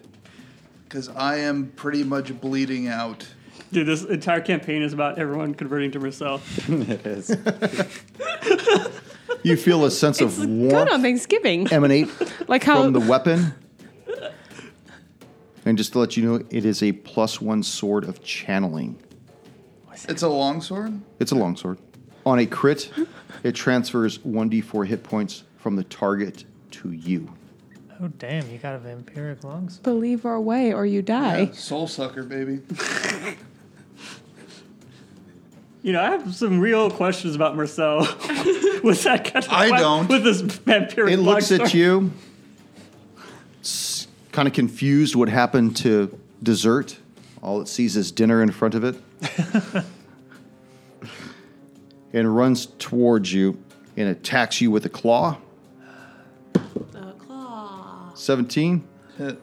Because I am pretty much bleeding out.
Dude, this entire campaign is about everyone converting to Marcel.
it is.
You feel a sense
It's
of
good on
warmth
Thanksgiving.
emanate
Like how
from the weapon. And just to let you know, it is a plus one sword of channeling.
It's a longsword?
It's a long sword. On a crit, it transfers 1d4 hit points from the target to you.
Oh damn, you got a vampiric lungs.
believe our way or you die.
Yeah, soul sucker, baby.
You know, I have some real questions about Marcel. with that kind of
I
why-
don't.
With this vampiric
It looks
longsword.
at you, kind of confused what happened to dessert. All it sees is dinner in front of it. and runs towards you and attacks you with a claw. 17.
Hit.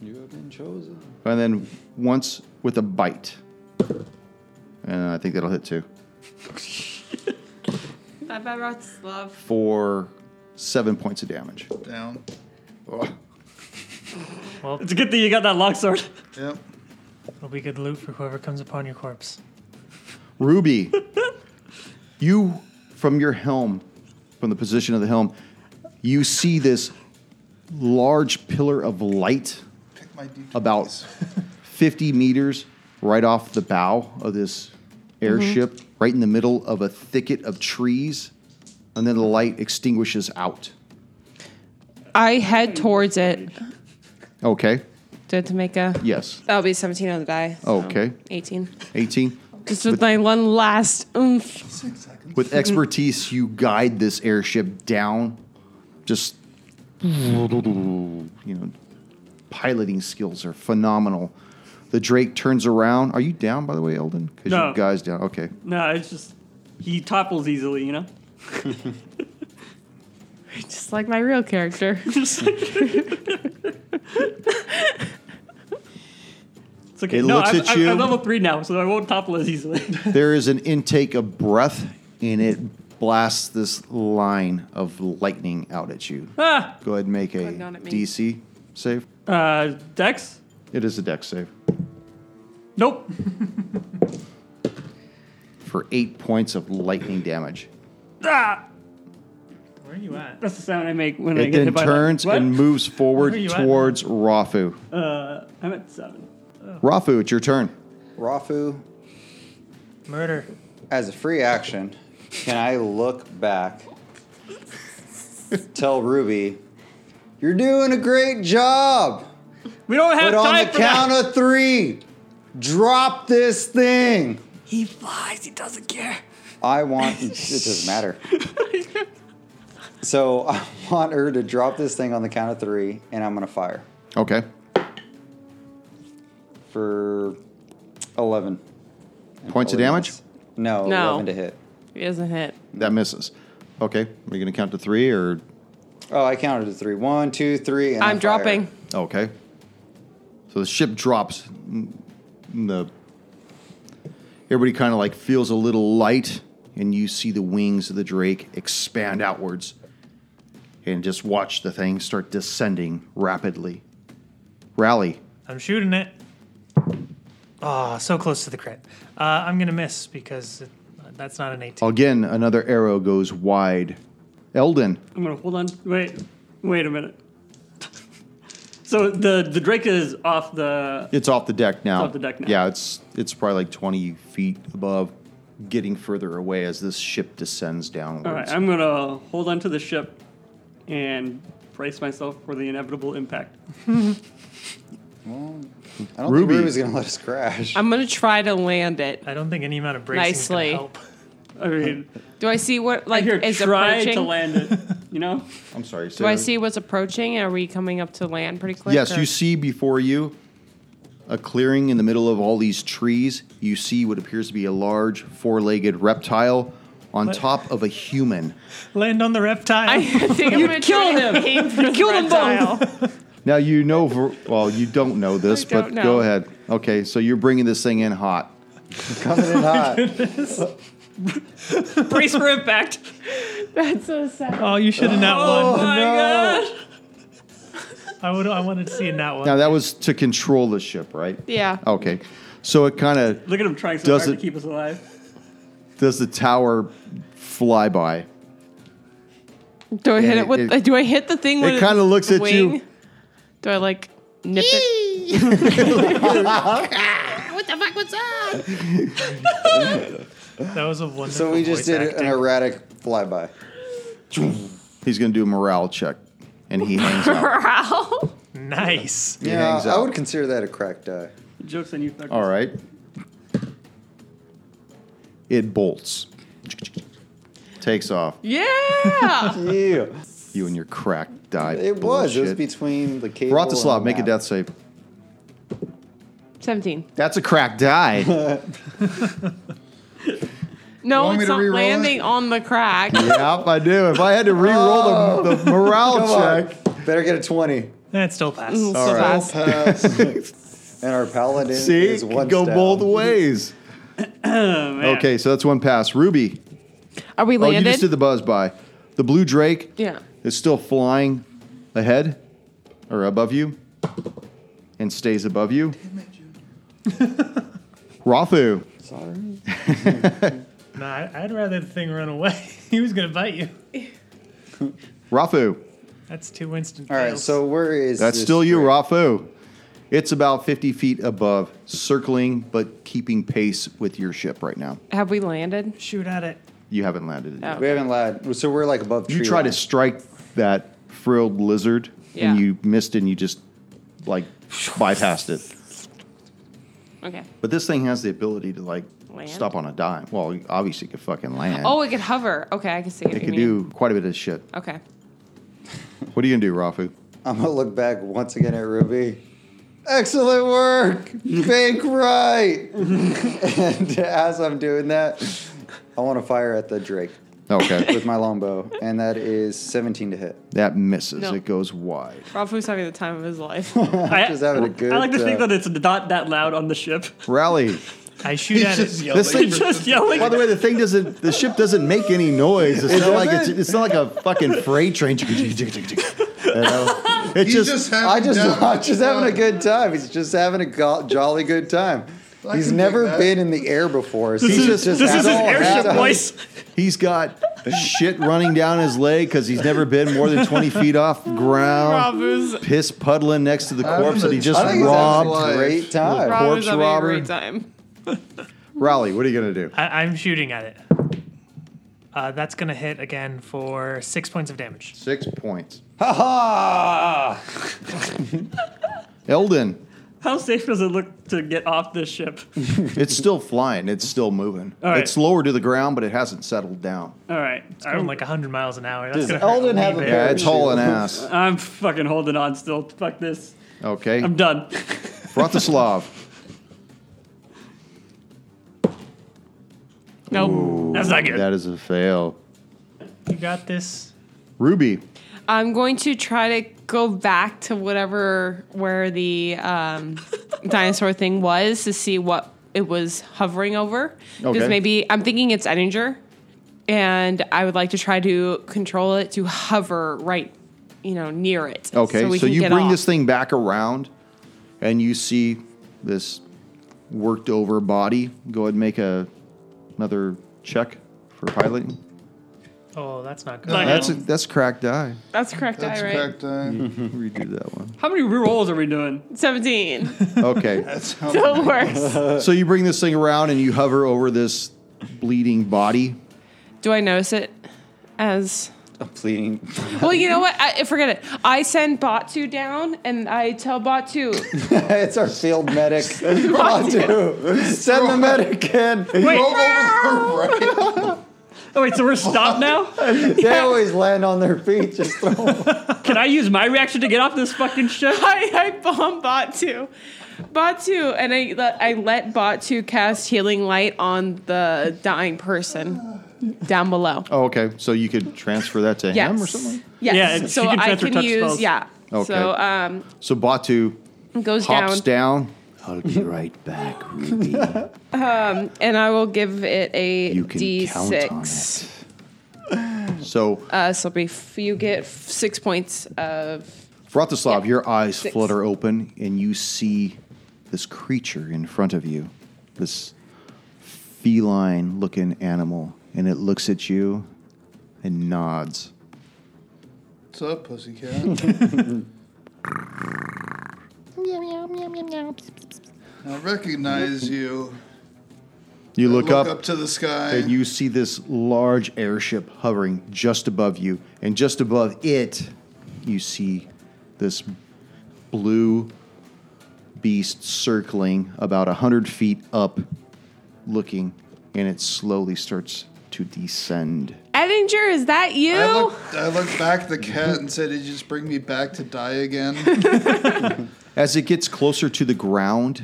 You have been chosen.
And then once with a bite. And I think that'll hit too.
That bad rot's love.
For seven points of damage.
Down.
It's a good thing you got that longsword.
Yep.
It'll be good loot for whoever comes upon your corpse.
Ruby, you from your helm, from the position of the helm, you see this large pillar of light
Pick my d
about 50 meters right off the bow of this airship, right in the middle of a thicket of trees, and then the light extinguishes out.
I head towards it.
Okay.
Did to make a.
Yes.
That'll be 17 on the die. so
Oh, Okay.
18.
18.
Just with my one last oomph.
Six seconds.
With expertise, you guide this airship down, just you know, piloting skills are phenomenal. The Drake turns around. Are you down, by the way, Eldon? Because
No.
you guys down. Okay.
No, it's just he topples easily, you know.
Just like my real character.
It's okay.
It
no,
looks
I'm,
at
I'm-
you.
I'm level three now, so I won't topple as easily.
There is an intake of breath, and it blasts this line of lightning out at you.
ah,
Go ahead and make a
Going down at me.
DC save.
uh, Dex.
It is a deck save
Nope.
for eight points of lightning damage.
Ah,
Where are you at?
that's the sound I make when I
It
get
then
hit by
turns
lightning.
and moves forward
Where you at?
towards Rafu.
What? Uh, I'm at seven.
Rafu, it's your turn.
Rafu,
Murder.
as a free action, can I look back, tell Ruby, you're doing a great job,
We don't have
but on
time
the
for
count
that.
of three, drop this thing.
He flies. He doesn't care.
I want, it doesn't matter. So I want her to drop this thing on the count of three, and I'm going to fire
Okay.
for 11. And
Points of
probably
damage?
miss. No,
No.
11 to hit.
he doesn't hit.
That misses. Okay. Are you going to count to three or?
Oh, I counted to three. One, two, three. And I
I'm
fire.
dropping.
Okay. So the ship drops. and The everybody kind of like feels a little light, and you see the wings of the Drake expand outwards, and just watch the thing start descending rapidly. Rally.
I'm shooting it. Ah, so close to the crit. Uh, I'm gonna miss because it, that's not an 18.
Again, another arrow goes wide. Eldon.
I'm gonna hold on. Wait, wait a minute. So the the Drake is off the.
It's off the deck now.
off the deck now.
Yeah, it's it's probably like twenty feet above. getting further away as this ship descends downwards.
All right, I'm gonna hold onto the ship and brace myself for the inevitable impact.
Well, I don't
Ruby.
think Ruby's gonna let us crash.
I'm gonna try to land it.
I don't think any amount of bracing
Nicely.
can help.
I mean,
Do I see what like
here,
is
try
approaching?
to land it. You know,
I'm sorry.
Do I see what's approaching? Are we coming up to land pretty quick?
Yes,
or-
you see before you a clearing in the middle of all these trees. You see what appears to be a large four-legged reptile on top of a human.
Land on the reptile.
I think I'm gonna kill him. kill them both.
Now you know, ver- well, you don't know this,
don't
but
know.
go ahead. Okay, so you're bringing this thing in hot.
coming in hot.
brace for impact.
That's so sad.
oh, you should have not
Oh,
won.
my gosh!
I would. I wanted to see a not one.
Now that was to control the ship, right?
Yeah.
Okay, so it kind of
Look at him trying so
Does
hard
it-
to keep us alive.
does the tower fly by.
Do I hit
Yeah,
it with?
it-
do I hit the thing with?
it kinda looks
the
at you.
wing? Do I like nip it? what the fuck was that?
That was a wonderful.
So we just
voice
did uh,
acting.
an erratic flyby.
He's going to do a morale check, and he hangs out.
Growl.
Nice.
Yeah,
hangs
I
out.
would consider that a crack die.
Jokes on you. fuckers.
All right. It bolts. Takes off.
Yeah.
Yeah,
You and your crack die.
it was. It was
bullshit.
between the cable.
Bratislav,
and the
make a
map.
death save.
Seventeen.
That's a crack die.
No,
want me
it's
to
not
re-roll it?
landing on the crack.
yep, I do. If I had to re-roll the, the morale
Oh. Come on,
check,
better get a twenty.
That still passed.
Mm, so
right. Oh,
fast.
Pass.
And our paladin
see,
is
it
one
could go
down.
both ways.
Oh, man.
Okay, so that's one pass. Ruby.
Are we
Oh, you just
landed?
did the buzz by. The blue drake
yeah.
is still flying ahead or above you and stays above you. Rothu.
Sorry.
Nah, I- I'd rather the thing run away. he was gonna bite you.
Rafu.
That's two instant.
All right,
fails.
so where is
That's
this
still you,
brick?
Rafu. It's about 50 feet above, circling but keeping pace with your ship right now.
Have we landed? Oh,
shoot at it.
You haven't landed it yet.
We haven't lied. So we're like above.
You
tree
try
line.
to strike that frilled lizard
Yeah.
and you missed and you just like bypassed it.
Okay.
But this thing has the ability to like
Land?
stop on a dime. Well, obviously it could fucking land.
Oh, it could hover. Okay, I can see what
it
you
could
mean.
do quite a bit of shit.
Okay.
What are you going to do, Rafu?
I'm gonna look back once again at Ruby. Excellent work, bank right. and as I'm doing that, I want to fire at the Drake
Okay.
with my longbow, and that is 17 to hit.
that misses.
No.
It goes wide.
Rafu's having the time of his life.
I,
Just having a good.
I like to think
uh,
that it's not that loud on the ship.
Rally.
I shoot at it.
This thing
Just yelling.
By the way, the thing doesn't. The ship doesn't make any noise. It's not like it's,
doesn't?
it's not like a fucking freight train. You know? It
He's
just,
just, having
I just,
down
I'm just
down.
having a good time. He's just having a go- jolly good time.
I
He's
can dig
never
that.
been in the air before. So
this
he's
is,
just,
this
just
is his
all
airship
happy.
voice.
he's got shit running down his leg because he's never been more than twenty feet off the ground.
Rafu's
Piss puddling next to the
I'm
corpse that he
the-
just
I think he's having
robbed.
a
Robbed.
great time.
Corpse
Rafu's having a
robber.
great time.
Rally, what are you gonna do?
I, I'm shooting at it. Uh, that's gonna hit again for six points of damage.
Six points.
Ha ha!
Eldon,
How safe does it look to get off this ship?
it's still flying. It's still moving.
All right.
It's lower to the ground, but it hasn't settled down.
All right,
Going
I'm,
like 100 miles an hour.
Does
That's gonna hurt
Elden have
way
a
bad.
Yeah,
Yeah,
it's
shoot.
hauling ass.
I'm fucking holding on still. Fuck this.
Okay,
I'm done.
Bratislav.
Nope.
That's not good.
That is a fail.
You got this.
Ruby,
I'm going to try to go back to whatever where the um, dinosaur thing was to see what it was hovering over. Because
Okay.
maybe I'm thinking it's Edinger, and I would like to try to control it to hover right, you know, near it.
Okay, so,
we can
you
get
bring
off.
this thing back around, and you see this worked over body. Go ahead and make a another check for piloting.
Oh, that's not good.
Like-
That's a, that's cracked die.
That's correct,
That's
I right?
correct. Uh,
Mm-hmm. Redo that one.
How many rerolls are we doing?
Seventeen.
Okay,
that's how
the worst.
so you bring this thing around and you hover over this bleeding body.
Do I notice it as
A bleeding.
Well, you know what? I, forget it. I send Batu down and I tell Batu,
it's our field medic. Batu. Send the medic in.
Wait.
Roll over her right.
Oh wait, so we're stopped now?
They always land on their feet. Just throw
Can I use my reaction to get off this fucking ship?
I, I bomb Batu. Batu. And I, let- I let Batu cast healing light on the dying person down below.
Oh, okay. So you could transfer that to
Yes.
him or something.
Yes.
Yeah, and
so
she can
I
transfer
can
touch
use,
spells.
yeah.
Okay.
So um,
So Batu
goes
hops
down
down. I'll be right back, Ruby.
and I will give it a
You can count on
6
it. So,
Uh, so it'll be f- you get f- six points of
Vratislav,
yeah,
your eyes
six.
flutter open, and you see this creature in front of you, this feline-looking animal, and it looks at you and nods.
What's up, pussycat? I recognize you.
You look,
Look up,
up
to the sky.
and you see this large airship hovering just above you, and just above it, you see this blue beast circling about a hundred feet up, looking, and it slowly starts to descend.
Edinger. Is that you?
I looked, I looked back at the cat and said, Did you just bring me back to die again?
As it gets closer to the ground,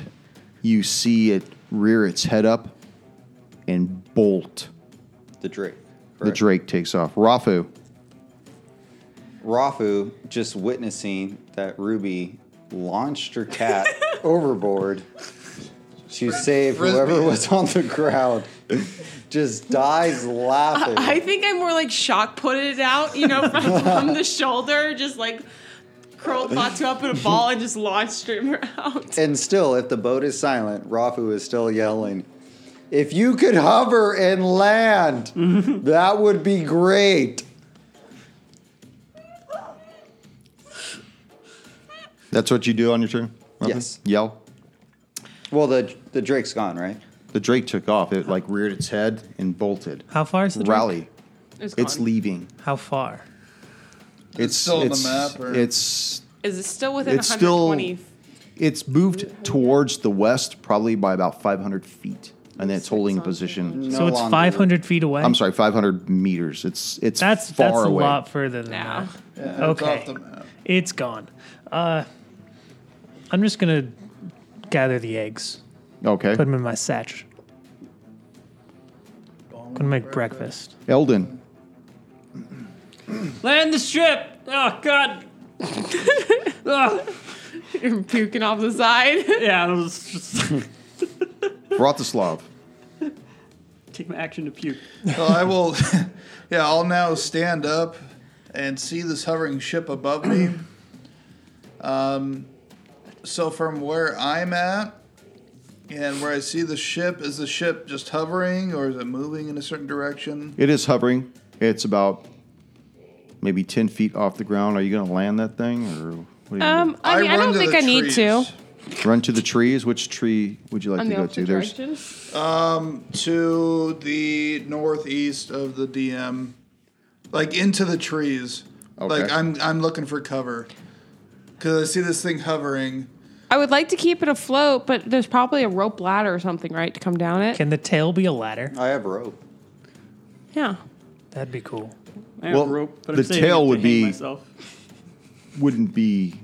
you see it rear its head up and bolt.
the Drake.
The Drake takes off. Rafu,
Rafu just witnessing that Ruby launched her cat overboard to save whoever
Frisbee.
was on the ground just dies laughing.
I think I'm more like shock put it out, you know, from, from the shoulder, just like curled Batu up in a ball and just launched him out.
and still, if the boat is silent, Rafu is still yelling, If you could hover and land, that would be great.
that's what you do on your turn? Rafu?
Yes.
Yell.
Well, the, the Drake's gone, right?
The Drake took off. It like reared its head and bolted.
How far is the drink?
Rally. It's leaving.
How far?
It's,
still on the
it's-
map, or-
It's
Is it still within
it's still
120?
it's moved towards the west probably by about 500 feet, and then it's holding a position.
No
so it's
longer.
500 feet away.
I'm sorry, 500 meters. It's it's
That's
far
that's
away.
a lot further than
No.
that.
Yeah, it's
Okay.
off the map.
It's gone. Uh, I'm just gonna gather the eggs,
Okay,
put them in my satch. Gonna make breakfast.
Eldon.
Land the ship! Oh god! Ugh.
You're puking off the side.
yeah, it was just
Vratislav.
take my action to puke.
Well, I will. Yeah, I'll now stand up and see this hovering ship above me. Um, so from where I'm at and where I see the ship, is the ship just hovering or is it moving in a certain direction?
It is hovering. It's about maybe 10 feet off the ground. Are you going to land that thing or what are you gonna
Um, I mean, I,
run
don't
to
think
the
I need to.
trees,
do? run to the trees? Which tree would you like
On
to
the
go to?
opposite
There's
direction.
To the northeast of the DM, like into the trees. Like
Okay.
I'm, I'm looking for cover because I see this thing hovering.
I would like to keep it afloat, but there's probably a rope ladder or something, right, to come down it?
Can the tail be a ladder?
I have rope.
yeah.
That'd be cool.
I have
Well,
rope, but
the
I'm saving
tail
it to
would
hang
be-
myself.
wouldn't be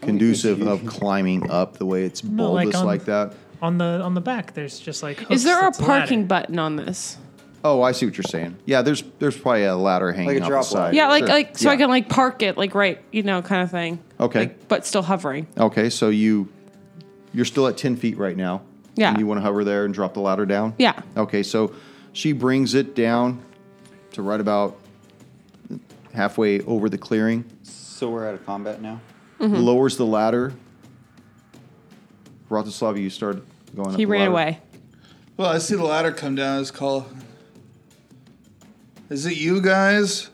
conducive of climbing up the way it's
No, like
bulbous
on-
like that.
On the on the back, there's just like. hooks
Is there a
that's Oh, ladder.
parking button on this?
Oh, I see what you're saying. Yeah, there's there's probably a ladder hanging
Like a
off
drop
the side.
Yeah, like
Sure.
like so I
Yeah.
can like park it like right, you know, kind of thing.
Okay.
Like, but still hovering.
Okay, so you you're still at 10 feet right now.
Yeah.
And you want to hover there and drop the ladder down?
Yeah.
Okay, so she brings it down to right about halfway over the clearing,
So we're out of combat now?
Mm-hmm.
lowers the ladder. Bratislava, you start going up
He
the
ran
ladder.
away.
Well, I see the ladder come down. It's call. Is it you guys?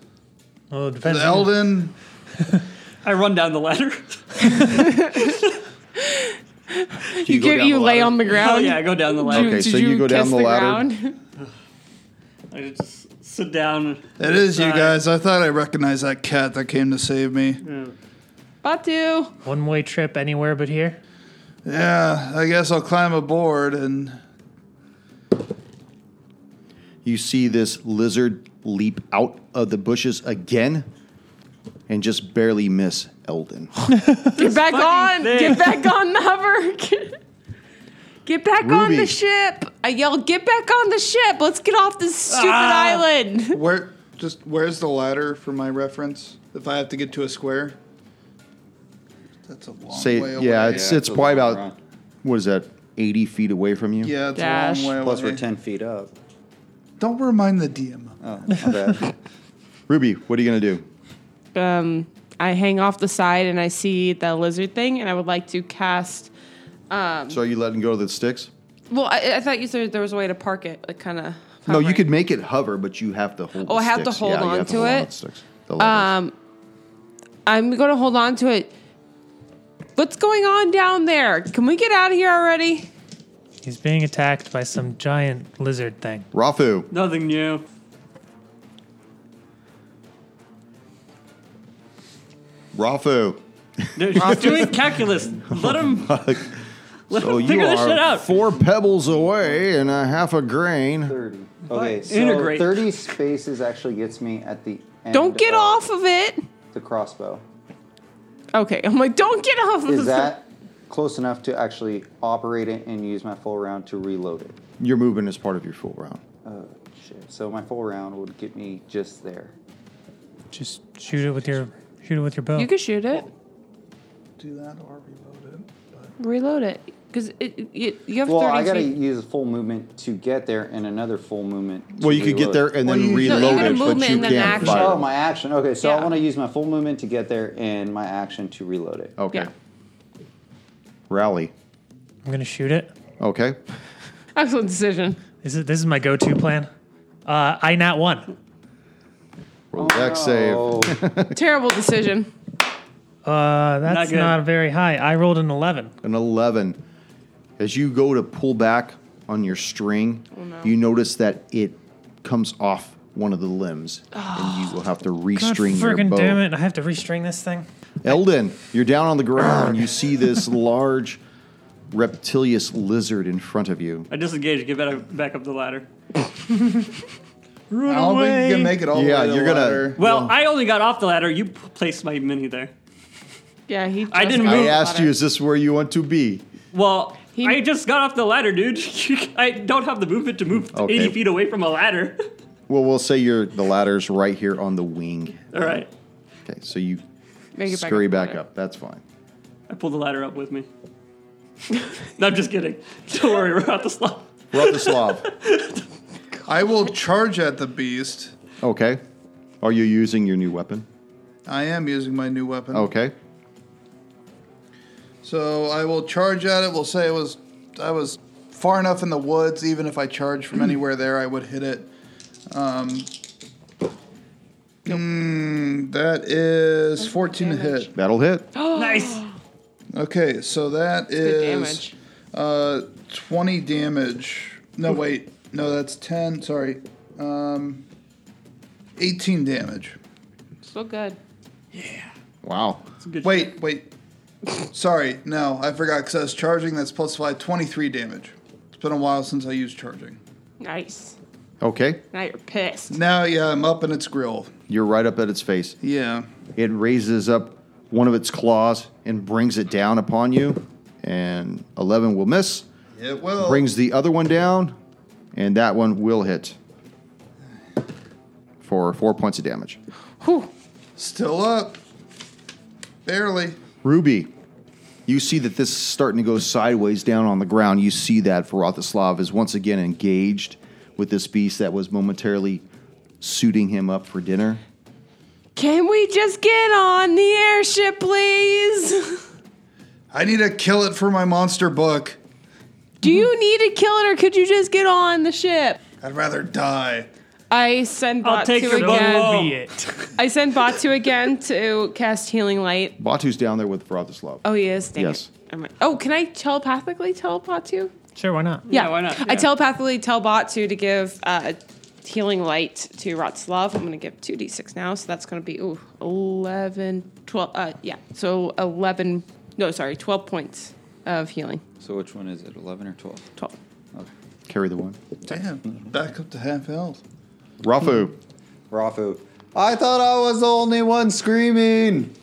Oh, it depends.
The
on-
Elden?
I run down the ladder.
Do
You,
go
get
down
you
the
lay
ladder?
on the
oh
ground.
yeah, I go down the
Did
ladder.
Okay,
did
so you go down
kiss
the ladder.
ground?
I just sit down.
It is you
Sorry.
guys. I thought I recognized that cat that came to save me.
Yeah.
Batu.
One way trip anywhere but here.
Yeah, I guess I'll climb aboard and
You see this lizard leap out of the bushes again and just barely miss Eldon.
Get back on!
fucking thing.
Get back on the hover! Get back on
Ruby.
the ship! I yelled, "Get back on the ship! Let's get off this stupid
Ah.
island!"
where just where's the ladder for my reference? If I have to get to a square. That's a long
Say,
way away.
yeah, it's
Yeah,
it's
it's a
probably
long
about
run.
what is that, eighty feet away from you?
Yeah, it's
Dash.
a long way
Plus,
away.
we're 10 feet up.
Don't remind the DM.
Oh, my bad.
Ruby, what are you gonna do?
Um, I hang off the side and I see the lizard thing, and I would like to cast. Um,
So are you letting go of the sticks?
Well, I, I thought you said there was a way to park it, like kind of.
No, you could make it hover, but you have to hold.
Oh,
the
I have to
sticks.
hold
Yeah, you
on
have
to
hold on
it?
the sticks, the levers.
Um, I'm going to hold on to it. What's going on down there? Can we get out of here already?
He's being attacked by some giant lizard thing.
Rafu,
Nothing new.
Rafu.
They're just doing calculus. Let them. Let
Oh So
'em
Oh, you
figure this shit
are
out.
four pebbles away and a half a grain.
30. Okay, so
Integrate.
30 spaces actually gets me at the end
Don't get
uh,
of
off of it.
the crossbow.
Okay, I'm like, don't get off of
Is
this.
that close enough to actually operate it and use my full round to reload it?
Your movement is part of your full round.
Oh, shit. So my full round would get me just there.
Just shoot it with your shoot it with your bow.
You can shoot it,
Do that or reload it.
reload it, because it, it you have
Well,
thirty
I gotta
feet.
use a full movement to get there and another full movement. to
Well, you could get
reload.
there and
Well,
then
you- No, you
reload
gotta
it, but
movement
you
and then
can't
action.
fire.
Oh, my action. Okay, so I
Yeah.
want to use my full movement to get there and my action to reload it.
Okay.
Yeah.
Rally.
I'm gonna shoot it.
Okay.
Excellent decision.
This is this is my go-to plan. Uh, I nat one.
Roll deck save.
Oh,
Terrible decision.
Uh, that's
good.
not, very high. I rolled an eleven.
An 11. As you go to pull back on your string, you notice that it comes off one of the limbs, and you will have to
God
restring your
friggin'
bow.
damn it! I have to restring this thing.
Eldon, you're down on the ground. you see this large reptilious lizard in front of you.
I disengage. Get back, back up the ladder.
I don't think you can make it all
Yeah,
the way to
you're
the
gonna-
ladder.
Well, I only got off the ladder. You p- placed my mini there.
Yeah, he.
I
just
didn't
got
I
move.
a
asked
letter.
you, is this where you want to be?
Well,
He-
I just got off the ladder, dude. I don't have the movement to move
Okay.
80 feet away from a ladder.
Well, we'll say you're the ladder's right here on the wing.
All right.
Okay, so you
Make it back
scurry back
later.
up. That's fine.
I pulled the ladder up with me. no, I'm just kidding. Don't worry, we're out the slot.
Bratislav.
I will charge at the beast.
okay. Are you using your new weapon?
I am using my new weapon.
Okay.
So I will charge at it. We'll say it was I was far enough in the woods. Even if I charged
Hmm.
from anywhere there, I would hit it. Um, mm, that is 14 to
damage.
hit.
That'll hit.
nice.
Okay, so that
Good
is
damage.
uh, 20 damage. No, wait. No, that's 10. Sorry. Um, 18 damage.
Still good.
Wow.
It's a good
Wait, wait. Sorry, no, I forgot because I was charging. That's plus five, 23 damage. It's been a while since I used charging.
Nice.
Okay.
Now you're pissed.
Now, yeah, I'm up in its grill.
You're right up at its face.
Yeah.
It raises up one of its claws and brings it down upon you. And 11 will miss.
It will.
Brings the other one down. And that one will hit for four points of damage.
Whew.
Still up. Barely.
Ruby, you see that this is starting to go sideways down on the ground. You see that Vratislav is once again engaged with this beast that was momentarily suiting him up for dinner.
Can we just get on the airship, please?
I need to kill it for my monster book.
Do you need to kill it, or could you just get on the ship?
I'd rather die.
I send
I'll
bot
take
to
your bow.
again.
Oh.
Be it.
I send bot to again to cast healing light.
Batu's down there with Vratislav.
Oh, he is. Dang
Yes.
It. Am I- Oh, can I telepathically tell bot to?
Sure, why not?
why not?
I
Yeah.
telepathically tell bot to to give uh, healing light to Rotslav. I'm going to give 2d6 now. So that's going to be, ooh, 11, 12. Uh, yeah. So 11, no, sorry, 12 points of healing.
So which one is it? Eleven or twelve?
12.
Okay.
Carry the one.
Damn, back up to half health.
Rafu.
Rafu. I thought I was the only one screaming.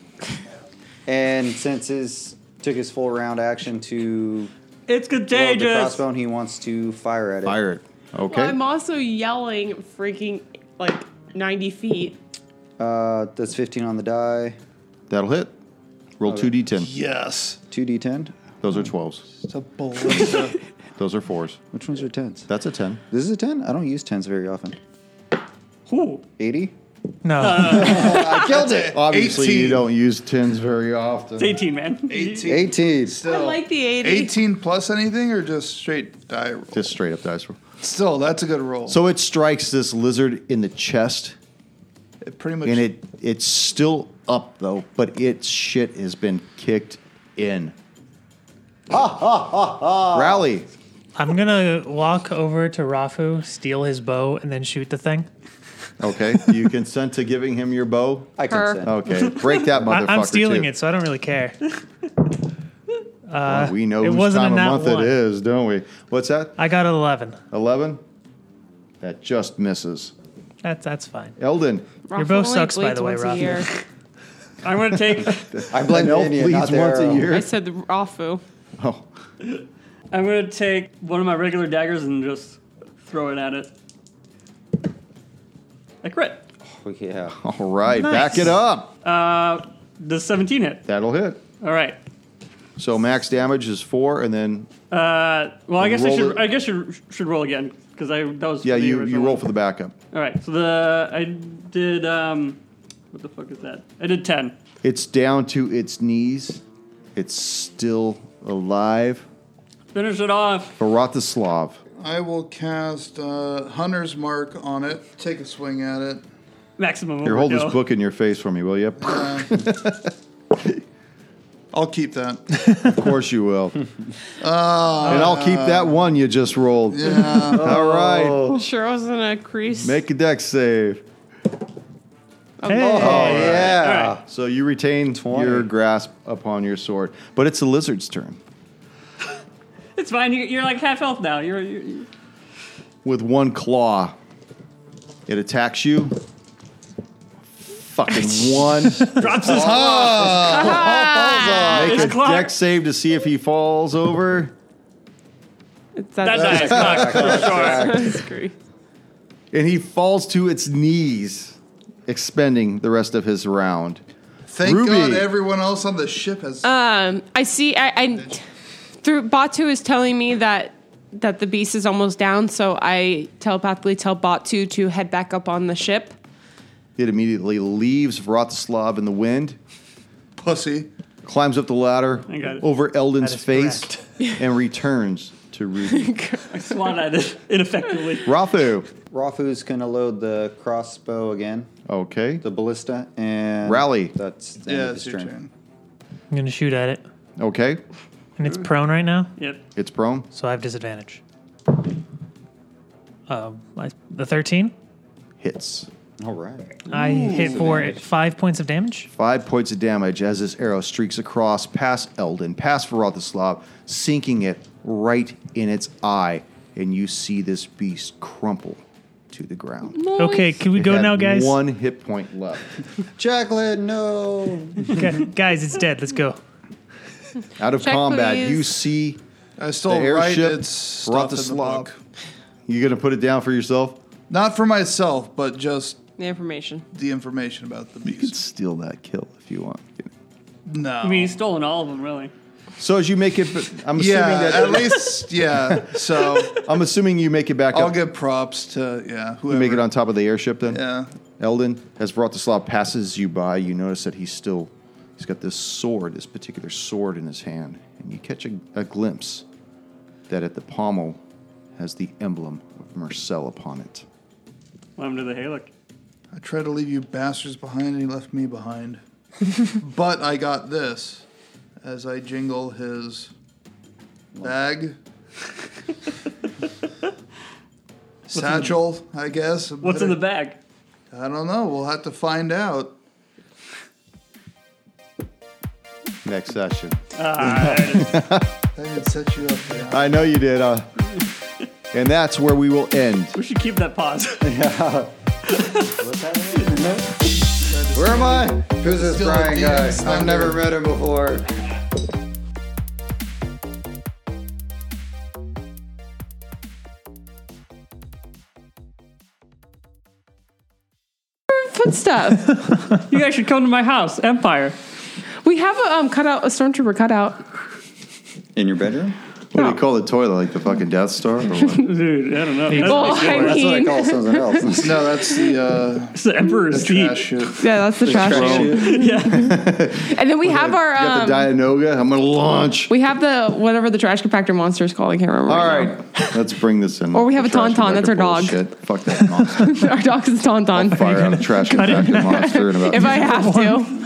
and since his took his full round action to
It's
load the
contagious.
crossbone, he wants to fire at it.
Fire it.
Well,
Okay.
I'm also yelling freaking like 90 feet.
Uh, that's fifteen on the die.
That'll hit. Roll 2d10.
Yes.
Two D ten.
Those are 12s.
It's a ballista.
Those are 4s.
Which ones are tens?
That's a 10.
This is a ten. I don't use tens very often.
Ooh.
Eighty.
No.
I killed it.
Obviously, you
18.
don't use 10s very often.
It's 18, man.
18.
Eighteen.
Still.
I like the 80.
18 plus anything or just straight die roll?
Just straight up dice roll.
Still, that's a good roll.
So it strikes this lizard in the chest,
it pretty much.
and it it's still up though, but its shit has been kicked in. Rally.
I'm gonna walk over to Rafu, steal his bow, and then shoot the thing.
Okay, you consent to giving him your bow.
I
Her.
consent.
Okay, break that
I-
motherfucker.
I'm stealing
too.
it, so I don't really care.
Well, Uh, we know
it
whose
wasn't
time
a
of
nat
month
one.
it is, don't we? What's that?
I got an 11.
Eleven. That just misses.
That's that's fine.
Eldon,
Rafa
bow
only
sucks, by
bleeds
the way,
once a
Rafa.
year.
I'm going to take
I blame
an elf
India, not
bleeds
the
once a
arrow.
I
year.
said the Rafu.
Oh,
I'm going to take one of my regular daggers and just throw it at it. I crit.
Yeah.
all right, back
Nice.
it up.
Uh, does 17 hit?
That'll hit.
All right.
So max damage is four, and then
Uh, well, I guess I
Roll
should.
it.
I guess you should roll again because I that was
yeah,
for the
you, you
original
roll
one.
for the backup.
All right. So the I did um, what the fuck is that? I did 10.
It's down to its knees. It's still alive.
Finish it off.
Baratislav.
I will cast uh, Hunter's Mark on it. Take a swing at it.
Maximum.
Here, hold this
overkill.
book in your face for me, will you?
Uh, I'll keep that.
Of course you will.
Uh,
and I'll keep that one you just rolled.
yeah.
All right.
Oh.
Sure wasn't a crease.
Make a deck save.
Hey.
Oh yeah.
All right.
So you retain your grasp upon your sword, but it's the lizard's turn.
It's fine. You, you're like half health now. You're, you're, you
With one claw, it attacks you. Fucking one.
drops his
Make
It's
a
Clark.
deck save to see if he falls over.
It's
that
that
die is cocked for sure.
That's great.
And he falls to its knees, expending the rest of his round.
Thank
Ruby.
God everyone else on the ship has.
Um, I see. I, I through Batu is telling me that that the beast is almost down, so I telepathically tell Batu to head back up on the ship.
It immediately leaves Vratislav in the wind,
pussy.
climbs up the ladder
I got it.
over Eldon's
That is
face, and returns to Ruby.
I swat at it ineffectively.
Rafu.
Rafu's gonna load the crossbow again,
Okay.
the ballista, and
Rally.
That's the end
Yeah,
of his
it's your
turn.
turn.
I'm gonna shoot at it,
Okay.
and it's prone right now,
Yep.
It's prone.
so I have disadvantage. Um, I- the 13.
Hits.
All right.
I hit for five points of damage.
Five points of damage as this arrow streaks across past Eldon, past Vratislav, sinking it right in its eye. And you see this beast crumple to the ground.
Okay, can we
It
go
had
now, guys?
One hit point left.
Jacqueline, no.
Gu- guys, it's dead. Let's go.
Out of
Check,
combat,
please.
you see
I
the
still write
airship
its stuff in the
Vratislav.
book.
You gonna put it down for yourself?
Not for myself, but just
The information.
the information about the
You could
beast.
steal that kill if you want.
No.
I mean, he's stolen all of them, really.
So as you make it, I'm assuming
yeah,
that
at least, yeah. So
I'm assuming you make it back
I'll
up.
give props to, yeah,
you
whoever.
make it on top of the airship then.
Yeah.
Eldon, as Vratislav passes you by, you notice that he's still, he's got this sword, this particular sword in his hand, and you catch a, a glimpse that at the pommel has the emblem of Marcel upon it.
Well, I'm to the Halic.
I tried to leave you bastards behind and he left me behind. but I got this as I jingle his bag. satchel, I guess.
What's in the bag?
I don't know. We'll have to find out.
Next session.
Uh,
I didn't set you up. there.
I know you did. Uh, and that's where we will end.
We should keep that pause.
Where am I?
Who's this
Still a
Brian guy?
DM
I've never
slander.
met him before.
Foot stuff.
you guys should come to my house, Empire.
we have a um, cutout, a stormtrooper cutout.
In your bedroom?
What do you call the toilet? Like the fucking Death Star? Or what?
Dude, I don't know. That's
Well, Oh,
like-
I
That's what I
mean,
call something else.
No, Oh, that's the, uh,
it's the Emperor's seat.
trash shit.
yeah, that's the trash.
Trash.
Yeah.
And then we have our
you got
um,
the Dianoga? I'm going to launch.
we have the whatever the trash compactor monster is called. I can't remember.
All
right
right. Let's bring this in.
Or we have
The trash
a Tauntaun, that's our dog.
compactor bullshit. Fuck that monster.
now. our dog is Tauntaun.
Fire out the trash compactor monster in about
If I have to,